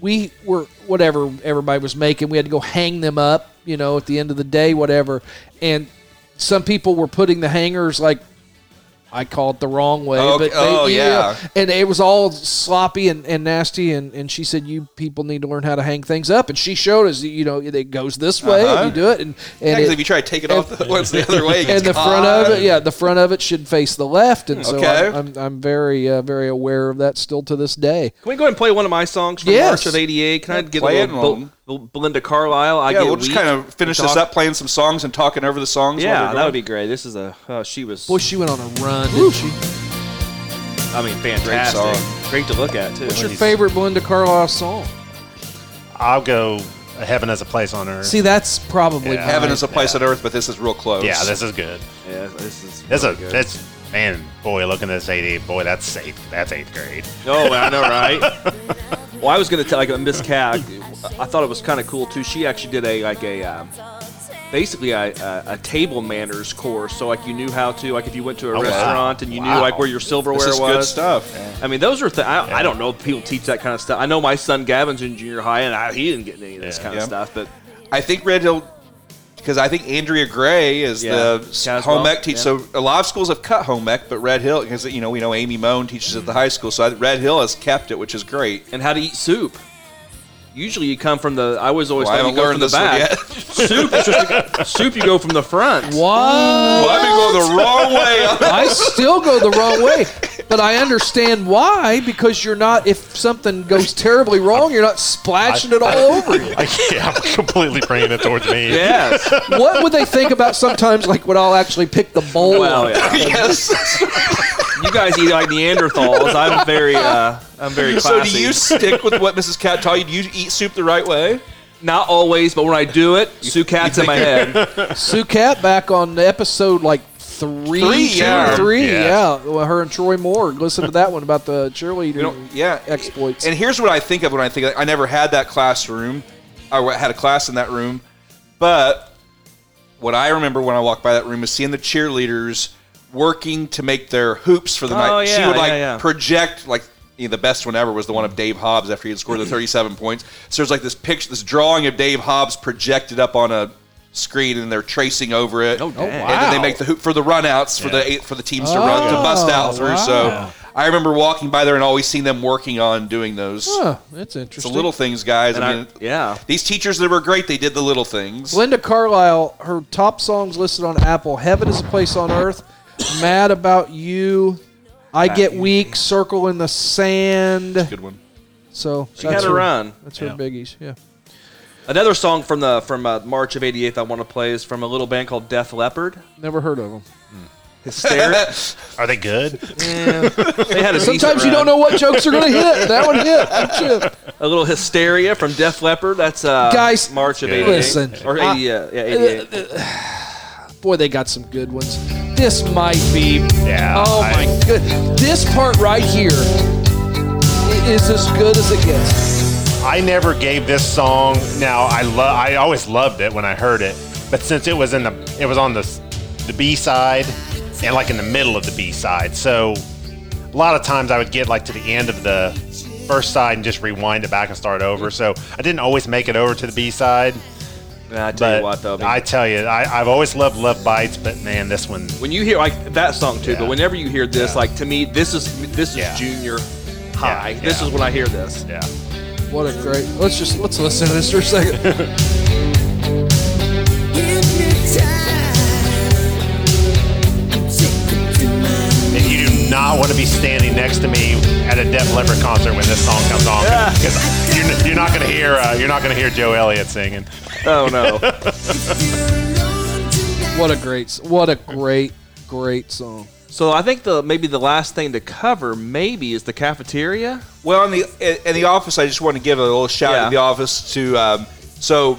We were whatever everybody was making, we had to go hang them up, you know, at the end of the day, whatever. And some people were putting the hangers like I call it the wrong way, Oh, but they, oh, you yeah. know, and it was all sloppy and, and nasty. And, and she said, "You people need to learn how to hang things up." And she showed us, you know, it goes this way, Uh-huh. and you do it, and Yeah, and, 'cause it- if you try to take it off the, once the other way, it gets and the front caught. of it, yeah, the front of it should face the left. And so Okay. I'm, I'm, I'm very uh, very aware of that still to this day. Can we go ahead and play one of my songs from Yes. March of '88? Can I get a play it little and Bel- Bel- Belinda Carlisle? I Yeah, get we'll just Weak? kind of finish Talk- this up, playing some songs and talking over the songs. while Yeah, we're that would going. be great. This is a uh, she was. Boy, she went on a run, didn't she? I mean, fantastic. Great Great, song. to look at too. What's your favorite Belinda Carlisle song? I'll go heaven as a place on earth. See, that's probably Yeah. Heaven mine. is a place on earth, but this is real close. yeah, this is good. Yeah, this is. That's really a good. that's man, boy, looking at this eighty, boy, that's safe. That's eighth grade. Oh, I know, right? well, I was gonna tell like Miss Cat. I thought it was kind of cool too. She actually did a like a um, basically a, a, a table manners course. So like you knew how to like if you went to a wow. restaurant and you Wow. knew like where your silverware Oh, This is was. good stuff. I mean, those are th- I, I don't know if people teach that kind of stuff. I know my son Gavin's in junior high and I, he didn't get any of this Yeah. kind Yeah. of stuff. But I think Red Hill, because I think Andrea Gray is Yeah, the Caswell, home ec teacher. yeah. So a lot of schools have cut home ec, but Red Hill, because you know we know Amy Moan teaches at the high school, so I, Red Hill has kept it, which is great. and how to eat soup. Usually you come from the. I was always Well, I thought haven't you go learned from the this back. one soup, is just, soup you go from the front. Wow. Well, I've been going the wrong way. on that. I still go the wrong way, but I understand why because you're not. If something goes terribly wrong, you're not splashing it all over you. I can't, I'm completely bringing it towards me. Yes. What would they think about sometimes? Like when I'll actually pick the bowl. Well, up? yeah. yes. You guys eat like Neanderthals. I'm very, uh, I'm very So classy. do you stick with what Mrs. Cat taught you? Do you eat soup the right way? Not always, but when I do it, Sue Cat's in my head. Sue Cat back on episode like three, Three, two yeah. or three, yeah. Yeah. Well, her and Troy Moore. Listen to that one about the You cheerleader. know, yeah. Mm, exploits. And here's what I think of when I think of, I never had that classroom. I wa- had a class in that room, but what I remember when I walked by that room is seeing the cheerleaders working to make their hoops for the night. she yeah, would like yeah, yeah. project like. you know, the best one ever was the one of Dave Hobbs after he had scored the 37 points. So there's like this picture, this drawing of Dave Hobbs projected up on a screen, and they're tracing over it. Oh, dang. And then they Wow. make the hoop for the runouts for the eight, for the teams to run to Oh, bust out through. wow. So I remember walking by there and always seeing them working on doing those. Huh, that's It's the interesting. little things, guys. And I I- mean, yeah. These teachers that were great, they did the little things. Linda Carlisle, her top songs listed on Apple: "Heaven Is a Place on Earth," "Mad About You," "I Get Weak," "Circle in the Sand." Good one. So She had a run. That's her biggies. Yeah. Another song from the from uh, March of '88 I want to play is from a little band called Death Leopard. Never heard of them. Hysteric. Are they good? they had a decent Sometimes you run. don't know what jokes are going to hit. That one hit. That chip. A little Hysteria from Def Leppard. That's uh, Guys, March of '88 listen. or I- '80. uh, yeah, '88. Boy, they got some good ones. This might be. Yeah, Oh I- my good. This part right here i- is as good as it gets. I never gave this song. Now I love. I always loved it when I heard it, but since it was in the, it was on the, s- the B side, and like in the middle of the B side. So a lot of times I would get like to the end of the first side and just rewind it back and start over. So I didn't always make it over to the B side. Nah, I tell But you what, though, I tell you, I, I've always loved Love Bites, but man, this one. when you hear like that song too, Yeah. but whenever you hear this, Yeah. like to me, this is this is Yeah. junior high. Yeah, This yeah. is when I hear this. Yeah. What a great. Let's just let's listen to this for a second. Give me time. Take the not want to be standing next to me at a Def Leppard concert when this song comes on because you're, you're not going to hear uh, you're not going to hear Joe Elliott singing. Oh no. What a great, s- what a great, great song. so I think the maybe the last thing to cover maybe is the cafeteria. Well, in the in the office, I just want to give a little shout out Yeah. to the office to. Um, so,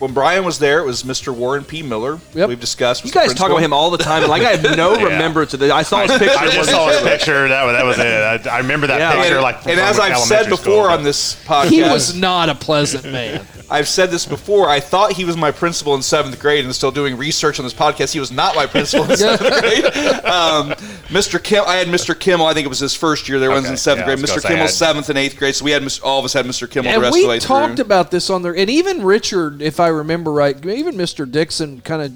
when Brian was there, it was Mr. Warren P. Miller. Yep. We've You discussed. was the guys talk principal. about him all the time. and, Like I have no Yeah. remembrance of this. I saw his picture. I and just wasn't saw his sure. picture. That was that was it. I, I remember that Yeah. picture And, like. and from as I've said elementary before school, but- on this podcast, He was not a pleasant man. I've said this before. I thought he was my principal in seventh grade, and still doing research on this podcast, he was not my principal in seventh grade. Um, Mr. Kim, I had Mr. Kimmel. I think it was his first year there. was Okay, in seventh yeah, I grade. was gonna Mr. say, I Kimmel had- seventh and eighth grade. So we had Mr. all of us had Mr. Kimmel the and rest of the we way talked through. about this on there, and even Richard, if I remember right, even Mr. Dixon kind of,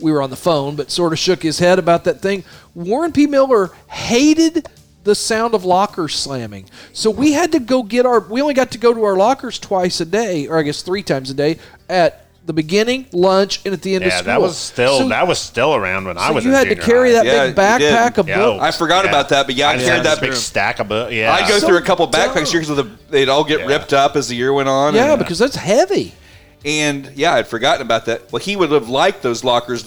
we were on the phone, but sort of shook his head about that thing. Warren P. Miller hated the sound of lockers slamming, so we had to go get our. We only got to go to our lockers twice a day, or I guess three times a day at the beginning, lunch, and at the end of Yeah, school. that was still So- that was still around when I so was. you in had to junior carry high. that Yeah, big you did. backpack of Yeah, books. I forgot about that, but yeah, I just carried had that this big big- stack of books. Yeah, I'd go So through a couple backpacks dumb. here because they'd all get Yeah. ripped up as the year went on. yeah, and, because that's heavy. and yeah, I'd forgotten about that. Well, he would have liked those lockers.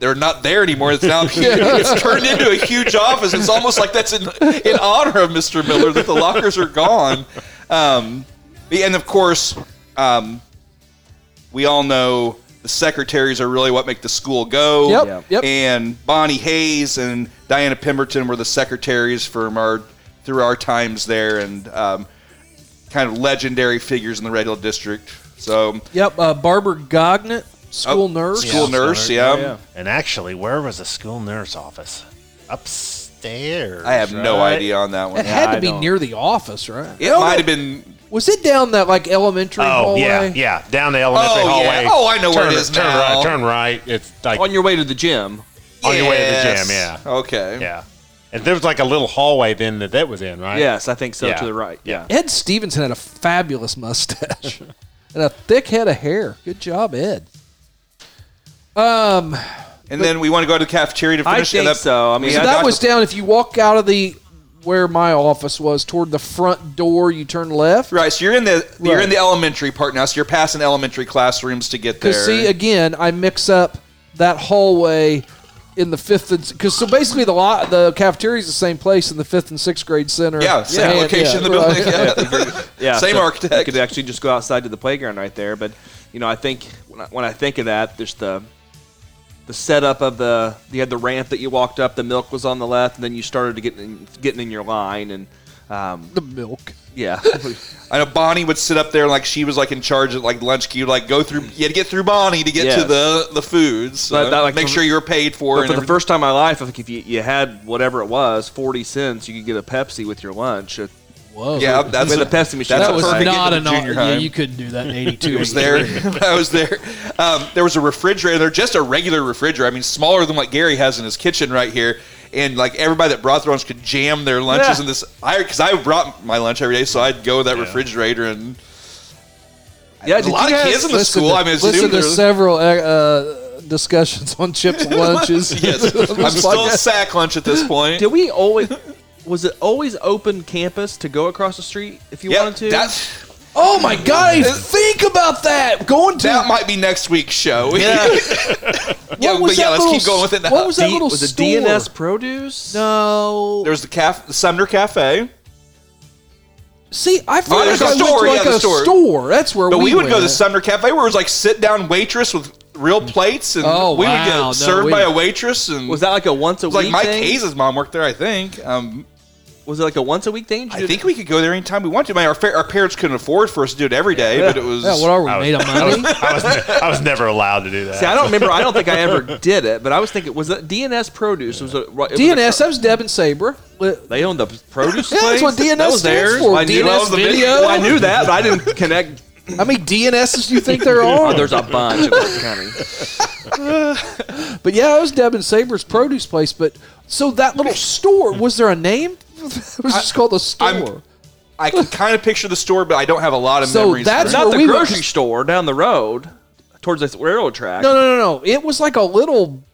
They're not there anymore. It's now it's turned into a huge office. It's almost like that's in, in honor of Mr. Miller that the lockers are gone. Um, and of course, um, we all know the secretaries are really what make the school go. Yep, Yep. yep. And Bonnie Hayes and Diana Pemberton were the secretaries from our through our times there, and um, kind of legendary figures in the Red Hill District. So Yep, uh, Barbara Gognett, school Oh, nurse. school nurse, yeah. And actually, where was the school nurse office? Upstairs. I have no right? idea on that one. It It had to I be don't- near the office, right? might have been. Was it down that like elementary Oh hallway? yeah, yeah. Down the elementary Oh, hallway. yeah. Oh, I know turn, where it is turn now. Right, turn right. It's like on your way to the gym. On your way to the Yes. gym, yeah. Okay. yeah. And there was like a little hallway then that that was in, right? Yes, I think so. Yeah. To the right. Yeah. Ed Stevenson had a fabulous mustache and a thick head of hair. Good job, Ed. Um, And then we want to go to the cafeteria to I finish think it up. so. I mean, We So had that Dr. was down. If you walk out of the where my office was, toward the front door, you turn left. Right, so you're in the you're Right. in the elementary part now. So you're passing elementary classrooms to get there. Because see, again, I mix up that hallway in the fifth and because so basically the lot the cafeteria is the same place in the fifth and sixth grade center. yeah, same And- location in the right. building. Yeah. Yeah, Same so You architect. could actually just go outside to the playground right there. But you know, I think when I, when I think of that, there's the the setup of the you had the ramp that you walked up. The milk was on the left, and then you started to get in, getting in your line. And um, The milk. yeah, I know Bonnie would sit up there like she was like in charge of like lunch queue, like go through. You had to get through Bonnie to get to Yes. the the food. So But that, like, make for- sure you were paid for. but and for the everything. first time in my life, I think if you, you had whatever it was, forty cents, you could get a Pepsi with your lunch. Uh, It- Whoa. yeah, that's With a- the Pepsi machine. That's That a was perfect not an junior high. couldn't do that in '82. It was there. I was there. Um, there was a refrigerator there, just a regular refrigerator. I mean, smaller than what Gary has in his kitchen right here. And like everybody that brought their lunch could jam their lunches Yeah. in this. I because I brought my lunch every day, so I'd go to that refrigerator and Yeah, a did lot you of guys- kids in the school. I mean, it's listen to students- several uh, uh, discussions on chips lunches. Yes, I'm still sack lunch at this point. Did we always? Was it always open campus to go across the street if you Yeah, wanted to? that oh my god! I didn't think about that. Going to that might be next week's show. yeah, what was but yeah, that let's little keep going with it. s- What was that D- little was it store? DNS Produce? No. There was the, caf- the Sumner Cafe. See, I feel like there's a I went store, yeah, to like the a store. store. That's where But we, we, would go to went. the Sumner Cafe where it was like sit down waitress with real plates, and Oh, we would get wow. No, served we- by a waitress. And Was that like a once a it week? was like Mike thing? Hayes' mom worked there, I think. Um, Was it like a once a week thing? Did you I do- think we could go there anytime we wanted to. My, our, fa- our parents couldn't afford for us to do it every day, but it was. Yeah, what are we I was- made of I was, money? I was, ne- I was never allowed to do that. See, I don't remember. I don't think I ever did it, but I was thinking, was that DNS Produce? Was it, it was a- DNS. That was Deb and Sabra. Li- they owned the produce. Yeah, that's place? what DNS That was stands theirs? for. I knew, DNS that was the big- video. Well, I knew that, but I didn't connect. How many DNSs do you think there Oh, are? there's a bunch in Orange County. But yeah, it was Deb and Saber's produce place. But so that little store was there a name? It was just called a store. I'm- I can kind of picture the store, but I don't have a lot of So memories. that's for it. Not where the we were- grocery store down the road, towards the railroad track. no, no, no, no. It was like a little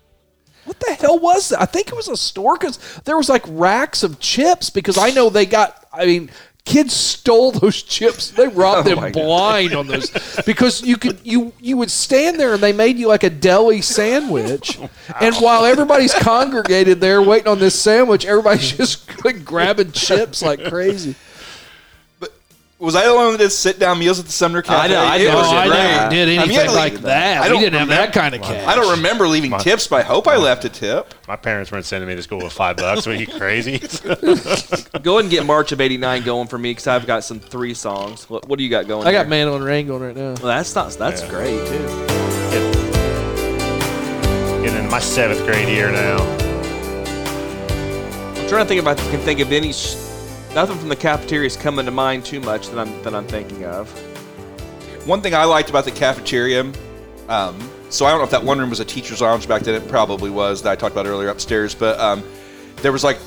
what the hell was that? I think it was a store because there was like racks of chips because I know they got. I mean, kids stole those chips. They robbed them blind on those because you could you you would stand there and they made you like a deli sandwich, and while everybody's congregated there waiting on this sandwich, everybody's just like grabbing chips like crazy. Was I the one that did sit down meals at the Sumner Cafe? know, I It know. was Oh, I great. never did mean, anything I don't like even- that. I We don't didn't have that kind of cash. I don't remember leaving tips, but I hope I left a tip. My parents weren't sending me to school with five bucks. Were you crazy? Go ahead and get March of '89 going for me because I've got some three songs. What, what do you got going? I got here? Man on Rain going right now. Well, that's not. That's Yeah. great too. Getting into my seventh grade year now. I'm trying to think if I can think of any. s nothing from the cafeteria is coming to mind too much that I'm that I'm thinking of. One thing I liked about the cafeteria, um, so I don't know if that one room was a teacher's lounge back then. It probably was that I talked about earlier upstairs, but um, there was like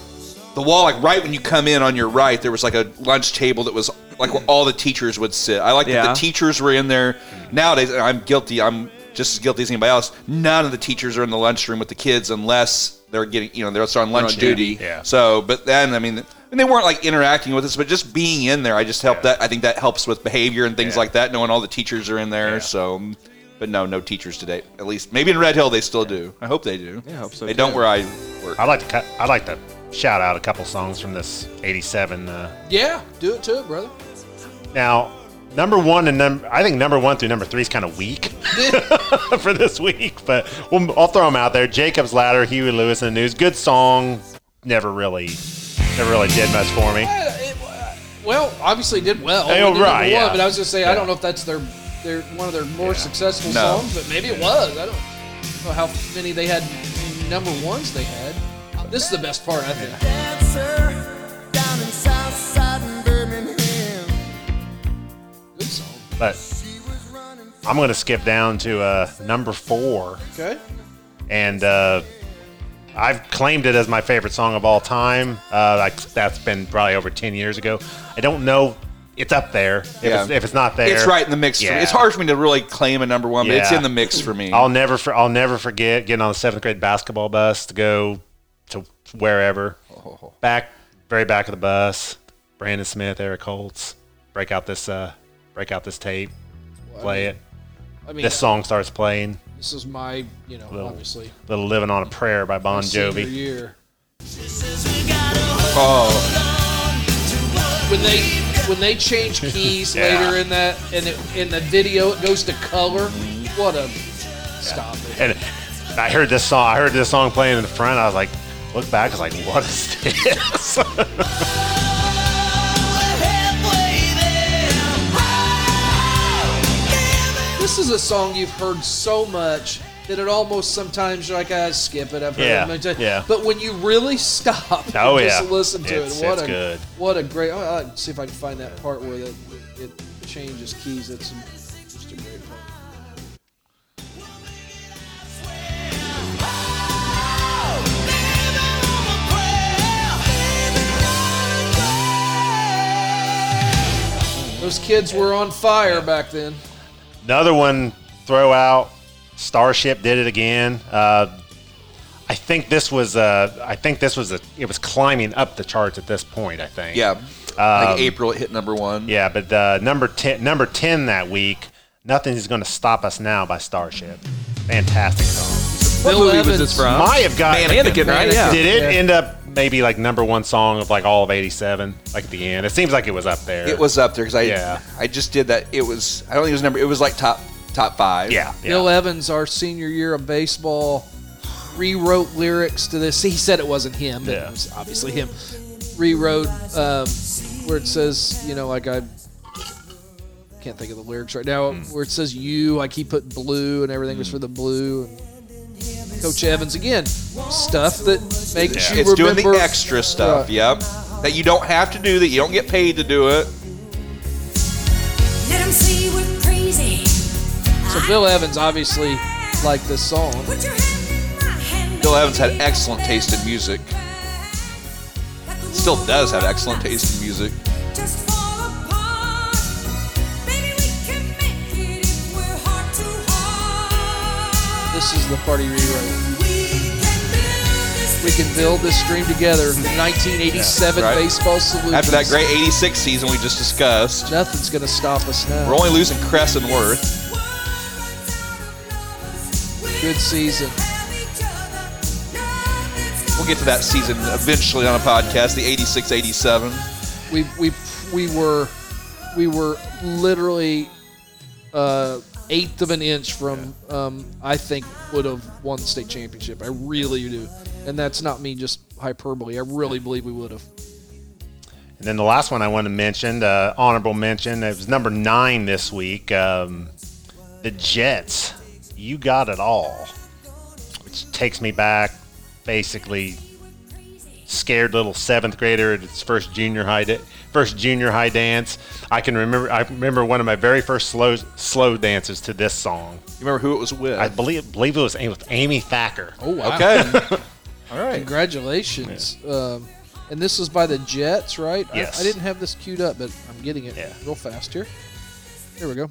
the wall, like right when you come in on your right, there was like a lunch table that was like where all the teachers would sit. I like that Yeah. the teachers were in there. Nowadays, and I'm guilty. I'm just as guilty as anybody else. None of the teachers are in the lunchroom with the kids unless they're getting, you know, they're also on lunch duty. Yeah. So, but then, I mean, and they weren't like interacting with us, but just being in there, I just helped that. I think that helps with behavior and things Yeah. like that, knowing all the teachers are in there. So, but no, no teachers today, at least. Maybe in Red Hill they still do. I hope they do. Yeah, I hope so, They too. don't where I work. I'd like to cut. I'd like to shout out a couple songs from this '87. Uh, Yeah, do it to it, brother. now, number one and number. I think number one through number three is kind of weak for this week, but we'll, I'll throw them out there. Jacob's Ladder, Huey Lewis and the News. Good song. Never really, never really did much for me. uh, Well, obviously did well. Hey, oh, It did number right, yeah. But I was gonna say I don't know if that's their their one of their more successful No. songs, but maybe it was. I don't know how many they had number ones they had. This is the best part, I think. Good song. But I'm going to skip down to uh, number four. Okay. and uh, I've claimed it as my favorite song of all time. Uh, like that's been probably over ten years ago. I don't know. It's up there. If, it's, Yeah. if it's not there, It's right in the mix. For me. Yeah. It's hard for me to really claim a number one, but it's Yeah. in the mix for me. I'll never. For, I'll never forget getting on the seventh grade basketball bus to go to wherever. Oh. Back, very back of the bus. Brandon Smith, Eric Holtz. Break out this. Uh, break out this tape. Play it. I mean, This this, song starts playing. is my, you know, Little- obviously Little Living on a Prayer by Bon senior Jovi. year. oh, When they when they change keys Yeah. later in that and it, in the video it goes to color. What a stop it. and I heard this song. I heard this song playing in the front. I was like, look back. I was like, what is this? This is a song you've heard so much that it almost sometimes you're like, I skip it. I've heard Yeah, it many times. yeah. But when you really stop Oh, and just yeah. listen to It's- it, what it's a good. what a great. Oh, I'll see if I can find that part where it, it changes keys. That's just a great part. Those kids were on fire back then. Another one. Throw out. Starship did it again. Uh, I think this was. Uh, I think this was. A, it was climbing up the charts at this point. I think. yeah. like April, it hit number one. Um, Yeah, but uh, number ten. Number ten that week. Nothing is going to stop us now by Starship. Fantastic song. What Bill movie was Evans. this from? Might have got Mannequin, right? Yeah. Did it end up maybe like number one song of like all of '87? Like at the end, it seems like it was up there. It was up there because I Yeah. I just did that. It was I don't think it was number. It was like top top five. Yeah. yeah. Bill Evans, our senior year of baseball, rewrote lyrics to this. He said it wasn't him, but Yeah. it was obviously him. Rewrote um, where it says, you know, like I can't think of the lyrics right now, Hmm. where it says you, like he put blue and everything was for the blue. Coach Evans, again, stuff that makes you It's doing remember. the extra stuff. Right. Yep. That you don't have to do. That you don't get paid to do it. Let 'em see we're crazy. So Bill Evans obviously liked this song. Put your hand in my hand. Bill Evans had excellent taste in music. Still does have excellent taste in music. Just fall apart. Baby, we can make it if we're heart to heart. This is the party rewrote. We can be we can build this stream together. The 1987 Yeah, right. baseball solution. After that great 86 season we just discussed, Nothing's going to stop us now. we're only losing Cress and Worth. Good season. We'll get to that season eventually on a podcast, the 86 87. We we we were we were literally uh, eighth of an inch from um, I think would have won the state championship. I really do, and that's not me just hyperbole. I really believe we would have. And then the last one I want to mention, uh, honorable mention, it was number nine this week. Um, the Jets, you got it all, which takes me back, basically, scared little seventh grader at its first junior high, da- first junior high dance. I can remember, I remember one of my very first slow slow dances to this song. You remember who it was with? I believe believe it was Amy, with Amy Thacker. Oh wow! Okay. All right. Congratulations. Um, and this is by the Jets, right? I- Yes. I, didn't have this queued up, but I'm getting it Yeah. real fast here. Here we go.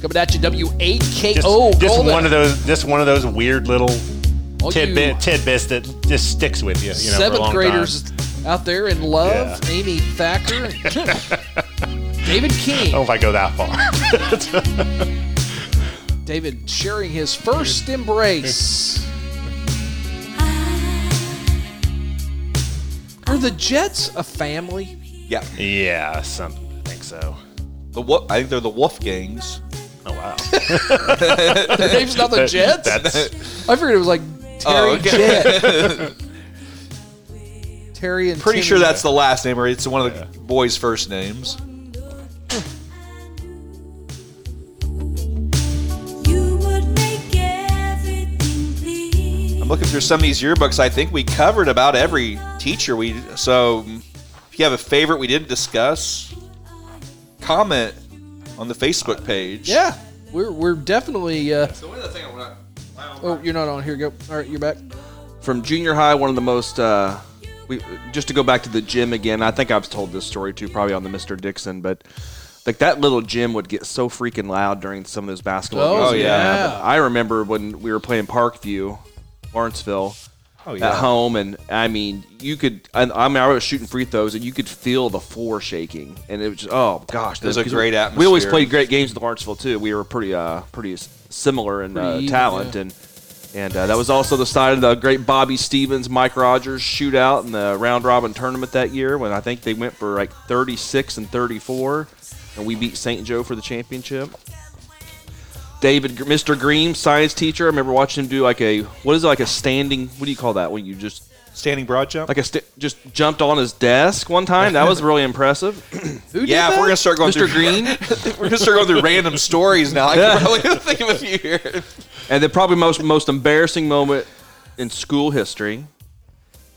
Coming at you, W8KO. Just, just one of those, just one of those weird little All you tidbit tidbits that just sticks with you. you know, for a seventh long graders time. out there in love, Amy Thacker, David King. I don't know if I go that far. David sharing his first embrace. Are the Jets a family? Yeah. yeah, some I think so. The wo- I think they're the Wolf Gangs. Oh wow. Their name's not the Jets. That's I figured it was like Terry Oh, okay. Jet. Terry and Pretty Timmy. sure that's the last name, or it's one of the boys' first names. I'm looking through some of these yearbooks. I think we covered about every teacher we. So, if you have a favorite we didn't discuss, comment on the Facebook page. yeah. We're we're definitely. Uh, So one other thing I want to. oh, you're not on here. Go. All right, you're back. from junior high, one of the most. Uh, we just to go back to the gym again. I think I've told this story too, probably on the Mr. Dixon, but like that little gym would get so freaking loud during some of those basketball Oh, games. we yeah. would have. I remember when we were playing Parkview, Lawrenceville. Oh, yeah. At home, and I mean, you could. I, I mean, I was shooting free throws, and you could feel the floor shaking, and it was just, oh gosh, was a because great We always atmosphere. played great games with Lawrenceville too. We were pretty, uh, pretty s- similar in Pretty uh, even, talent, yeah. and and uh, that was also the side of the great Bobby Stevens, Mike Rogers shootout in the round robin tournament that year when I think they went for like 36 and 34, and we beat St. Joe for the championship. David, Gr- Mr. Green, science teacher. I remember watching him do like a what is it like a standing? What do you call that when you just Standing broad jump. like a st- just jumped on his desk one time? That was really impressive. Who did yeah, if that? we're gonna start going Mr. through. Green. we're gonna start going through random stories now. I can probably think of a few here. And the probably most most embarrassing moment in school history.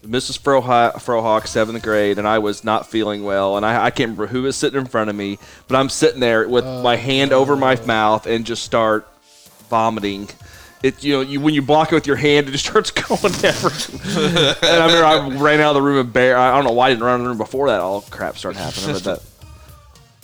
Mrs. Frohawk, Frohawk, seventh grade, and I was not feeling well, and I, I can't remember who was sitting in front of me, but I'm sitting there with my hand over my mouth and just start vomiting. It you know you when you block it with your hand, it just starts going everywhere. and I remember I ran out of the room and bear. I don't know why I didn't run out of the room before that. All crap started happening, but that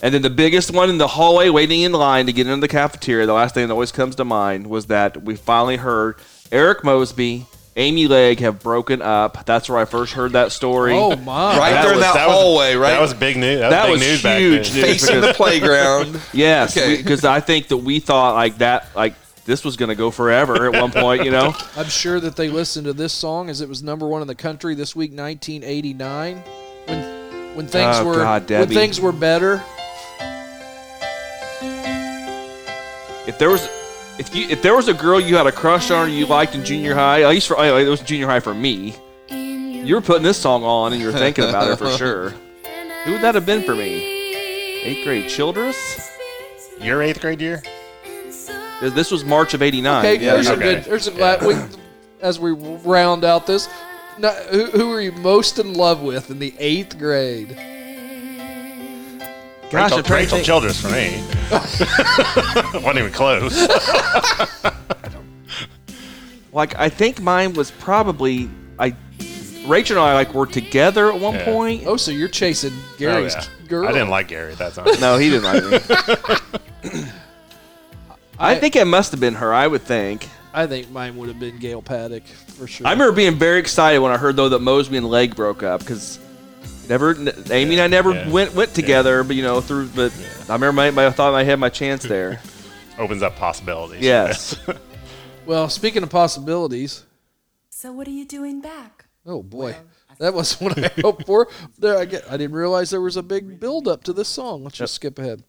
and then the biggest one in the hallway, waiting in line to get into the cafeteria, the last thing that always comes to mind was that we finally heard Eric Mosby, Amy Legg have broken up. That's where I first heard that story. Oh my! Right there in that, hallway, right? That was big news. That, That was was big news back huge, then. dude. facing the playground. Yes, Okay. because I think that we thought like that, like this was going to go forever at one point, you know? I'm sure that they listened to this song as it was number one in the country this week, 1989, when when things Oh, were God, when Debbie. things were better. If there was, if you, if there was a girl you had a crush on or you liked in junior high, at least for anyway, it was junior high for me. You were putting this song on and you were thinking about her for sure. Who would that have been for me? Eighth grade Childress. Your eighth grade year? Th- This was March of '89. Okay, yeah, there's some okay. good. There's some. glad we, as we round out this, no, who, who are you most in love with in the eighth grade? Gosh, I'm Rachel, trying to Rachel think. Childress for me. wasn't even close. Oh, Like I think mine was probably I. Rachel and I like were together at one Yeah. point. Oh, so you're chasing Oh, Gary's yeah. girl? I didn't like Gary at that time. No, he didn't like me. I think it must have been her. I would think. I think mine would have been Gail Paddock for sure. I remember being very excited when I heard though that Mosby and Leg broke up because never Amy and I never Yeah. went went together, but you know through. But I remember my, my I thought I had my chance there. Opens up possibilities. yes, Well, speaking of possibilities, So what are you doing back? oh boy, that was what I hoped for. There, I, get, I didn't realize there was a big build up to this song. Let's just skip ahead.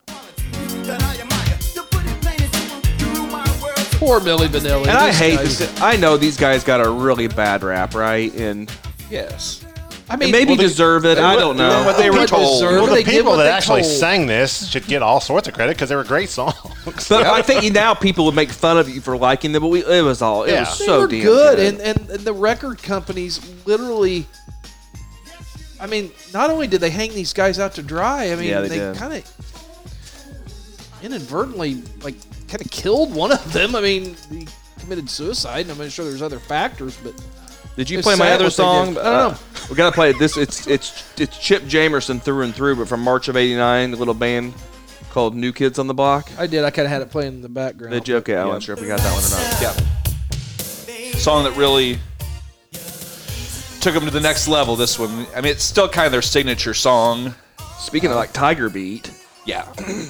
Poor Millie Vanilli. and I This hate guy's- this. I know these guys got a really bad rap, right? And Yes. I and mean, maybe deserve it. I what- don't know. what they were People told. deserve- Well, Remember the they did people what that they actually told. sang this should get all sorts of credit because they were great songs. But I think now people would make fun of you for liking them, but we, it was all it Yeah. was they so were damn good, And, and and the record companies literally. I mean, not only did they hang these guys out to dry, I mean, Yeah, they they, did. kind of inadvertently, like, kind of killed one of them. I mean, he committed suicide, and I'm not sure there's other factors, but Did you It's play my sad other what they song? did. I don't know. we gotta play this. It's it's it's Chip Jamerson through and through, but from March of '89, a little band called New Kids on the Block. I did. I kind of had it playing in the background. Did you? Okay, I wasn't sure if we got that one or not. Yeah. Song that really took them to the next level. This one. I mean, it's still kind of their signature song. Speaking of like Tiger Beat, Yeah.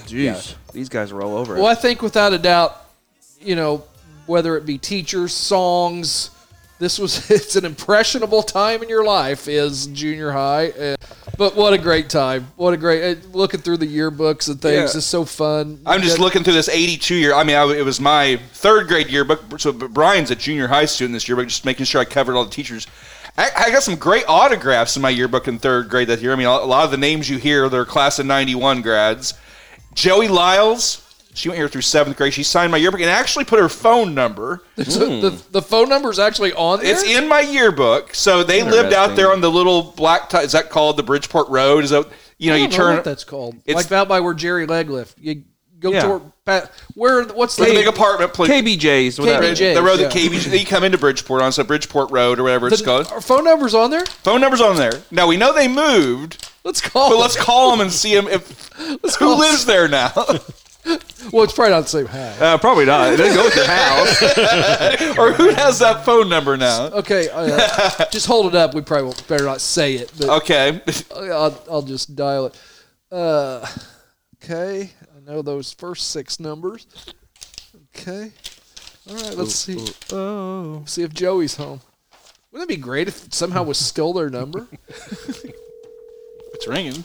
jeez, these guys roll over. Well, I think without a doubt, you know, whether it be teachers, songs, this was it's an impressionable time in your life is junior high. Uh, But what a great time. What a great uh, looking through the yearbooks and things Yeah. is so fun. I'm just That- looking through this 82 year. I mean, I, it was my third grade yearbook. So Brian's a junior high student this yearbook, just making sure I covered all the teachers. I, I got some great autographs in my yearbook in third grade that year. I mean, a lot of the names you hear, they're class of 91 grads. Joey Lyles, she went here through seventh grade. She signed my yearbook and actually put her phone number. so the, the phone number is actually on there. Hmm. It's in my yearbook. So they lived out there on the little black. T- is that called the Bridgeport Road? Is that you know I you don't know turn what that's called. It's- like out by where Jerry Leg lived. You go Yeah. toward pat, where what's the the big apartment place. KBJ's, whatever. KBJ. the road that yeah. KBJ, you come into Bridgeport on, so Bridgeport Road or whatever it's the, called. our phone number's on there? Phone number's on there. Now we know they moved, Let's call. but let's call them and see them if who call- lives there now. well, it's probably not the same house. Uh, probably not. It didn't go with their house. or who has that phone number now. Okay, uh, just hold it up. We probably won't, better not say it, but Okay. I'll, I'll just dial it. Uh, okay, I know those first six numbers. Okay, all right. Let's see. Oh, see if Joey's home. Wouldn't it be great if it somehow was still their number? It's ringing.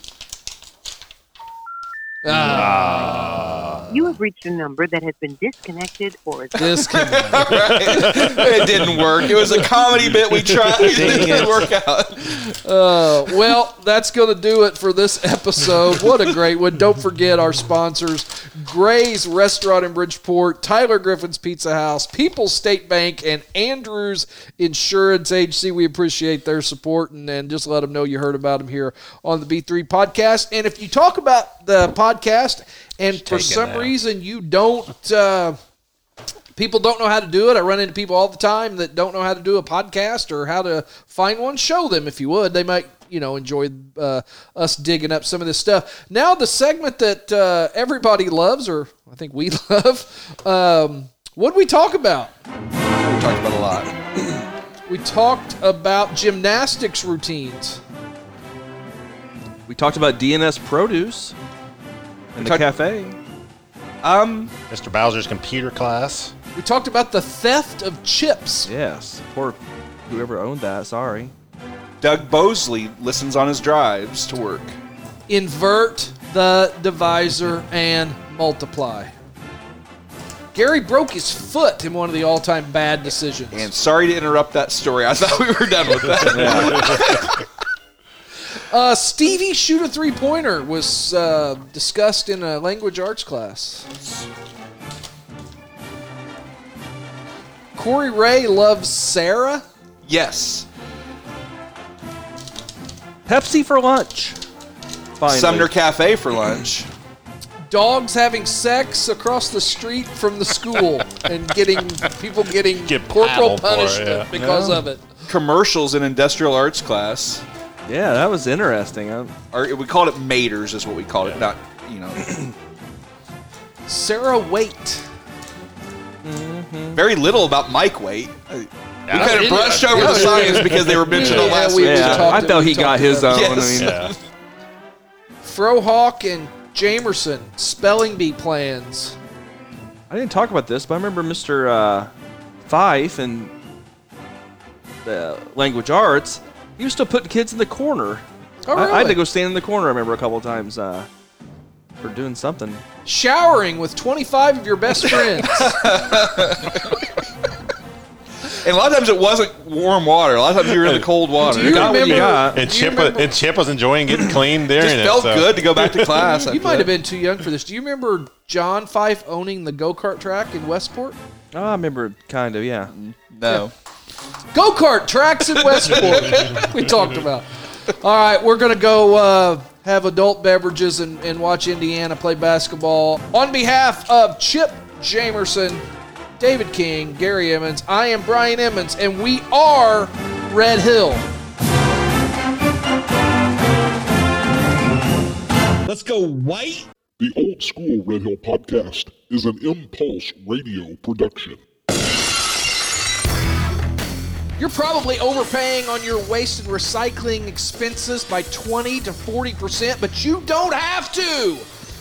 You have reached a number that has been disconnected or is This can It didn't work. It was a comedy bit we tried. It didn't work out. well, that's going to do it for this episode. What a great one. Don't forget our sponsors Gray's Restaurant in Bridgeport, Tyler Griffin's Pizza House, People's State Bank, and Andrews Insurance Agency. We appreciate their support and, and just let them know you heard about them here on the B3 podcast. And if you talk about the podcast and for some reason you don't. Uh, people don't know how to do it. I run into people all the time that don't know how to do a podcast or how to find one. Show them if you would. They might, you know, enjoy uh, us digging up some of this stuff. Now the segment that uh, everybody loves, or I think we love. Um, what did we talk about? We talked about a lot. We talked about gymnastics routines. We talked about DNS Produce in the talked- cafe. Um, Mr. Bowser's computer class. We talked about the theft of chips. Yes, poor whoever owned that. Sorry. Doug Bosley listens on his drives to work. invert the divisor and multiply. Gary broke his foot in one of the all-time bad decisions. And sorry to interrupt that story. I thought we were done with that. uh, Stevie shoot a three-pointer was uh, discussed in a language arts class. Corey Ray loves Sarah. Yes. Pepsi for lunch. Finally. Sumner Cafe for lunch. Dogs having sex across the street from the school and getting people getting Get corporal paddled for it, punishment yeah. because of it. Commercials in industrial arts class. Yeah, that was interesting. I- Or we called it maters, is what we called it. Not, you know. Sarah Waite. very little about mic weight. Uh, we Yeah. kind of brushed over Yeah. the science because they were mentioned on Yeah, last we- week. we Yeah, talked- I thought we he got talked his about own. I Yes. mean, Yeah. Frohawk and Jamerson spelling bee plans. I didn't talk about this, but I remember Mr. Uh, Fife and the language arts. He was still putting kids in the corner. Oh, I, I had really? to go stand in the corner. I remember a couple of times uh, for doing something. Showering with 25 of your best friends. And a lot of times it wasn't warm water. A lot of times you were in the cold water. Do you Not when remember? got. And do you Chip, was, remember- and Chip was enjoying getting clean It during just it. felt so- good to go back to class. you after might that. have been too young for this. Do you remember John Fife owning the go kart track in Westport? Oh, I remember kind of, yeah. No. Go kart tracks in Westport. we talked about. All right, we're gonna go uh, have adult beverages and, and watch Indiana play basketball. On behalf of Chip Jamerson, David King, Gary Emmons, I am Brian Emmons, and we are Red Hill. The Old School Red Hill Podcast is an impulse radio production. You're probably overpaying on your waste and recycling expenses by 20 to 40%, but you don't have to.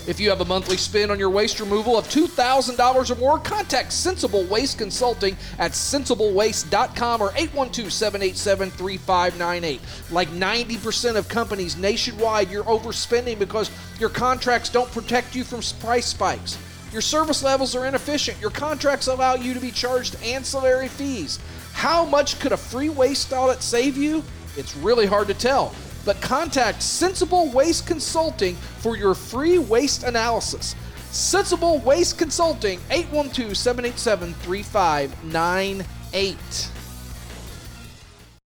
If you have a monthly spend on your waste removal of $2,000 or more, contact Sensible Waste Consulting at sensiblewaste.com or 812 787 3598. Like 90% of companies nationwide, you're overspending because your contracts don't protect you from price spikes. Your service levels are inefficient. Your contracts allow you to be charged ancillary fees. How much could a free waste audit save you? It's really hard to tell. But contact Sensible Waste Consulting for your free waste analysis. Sensible Waste Consulting, 812 787 3598.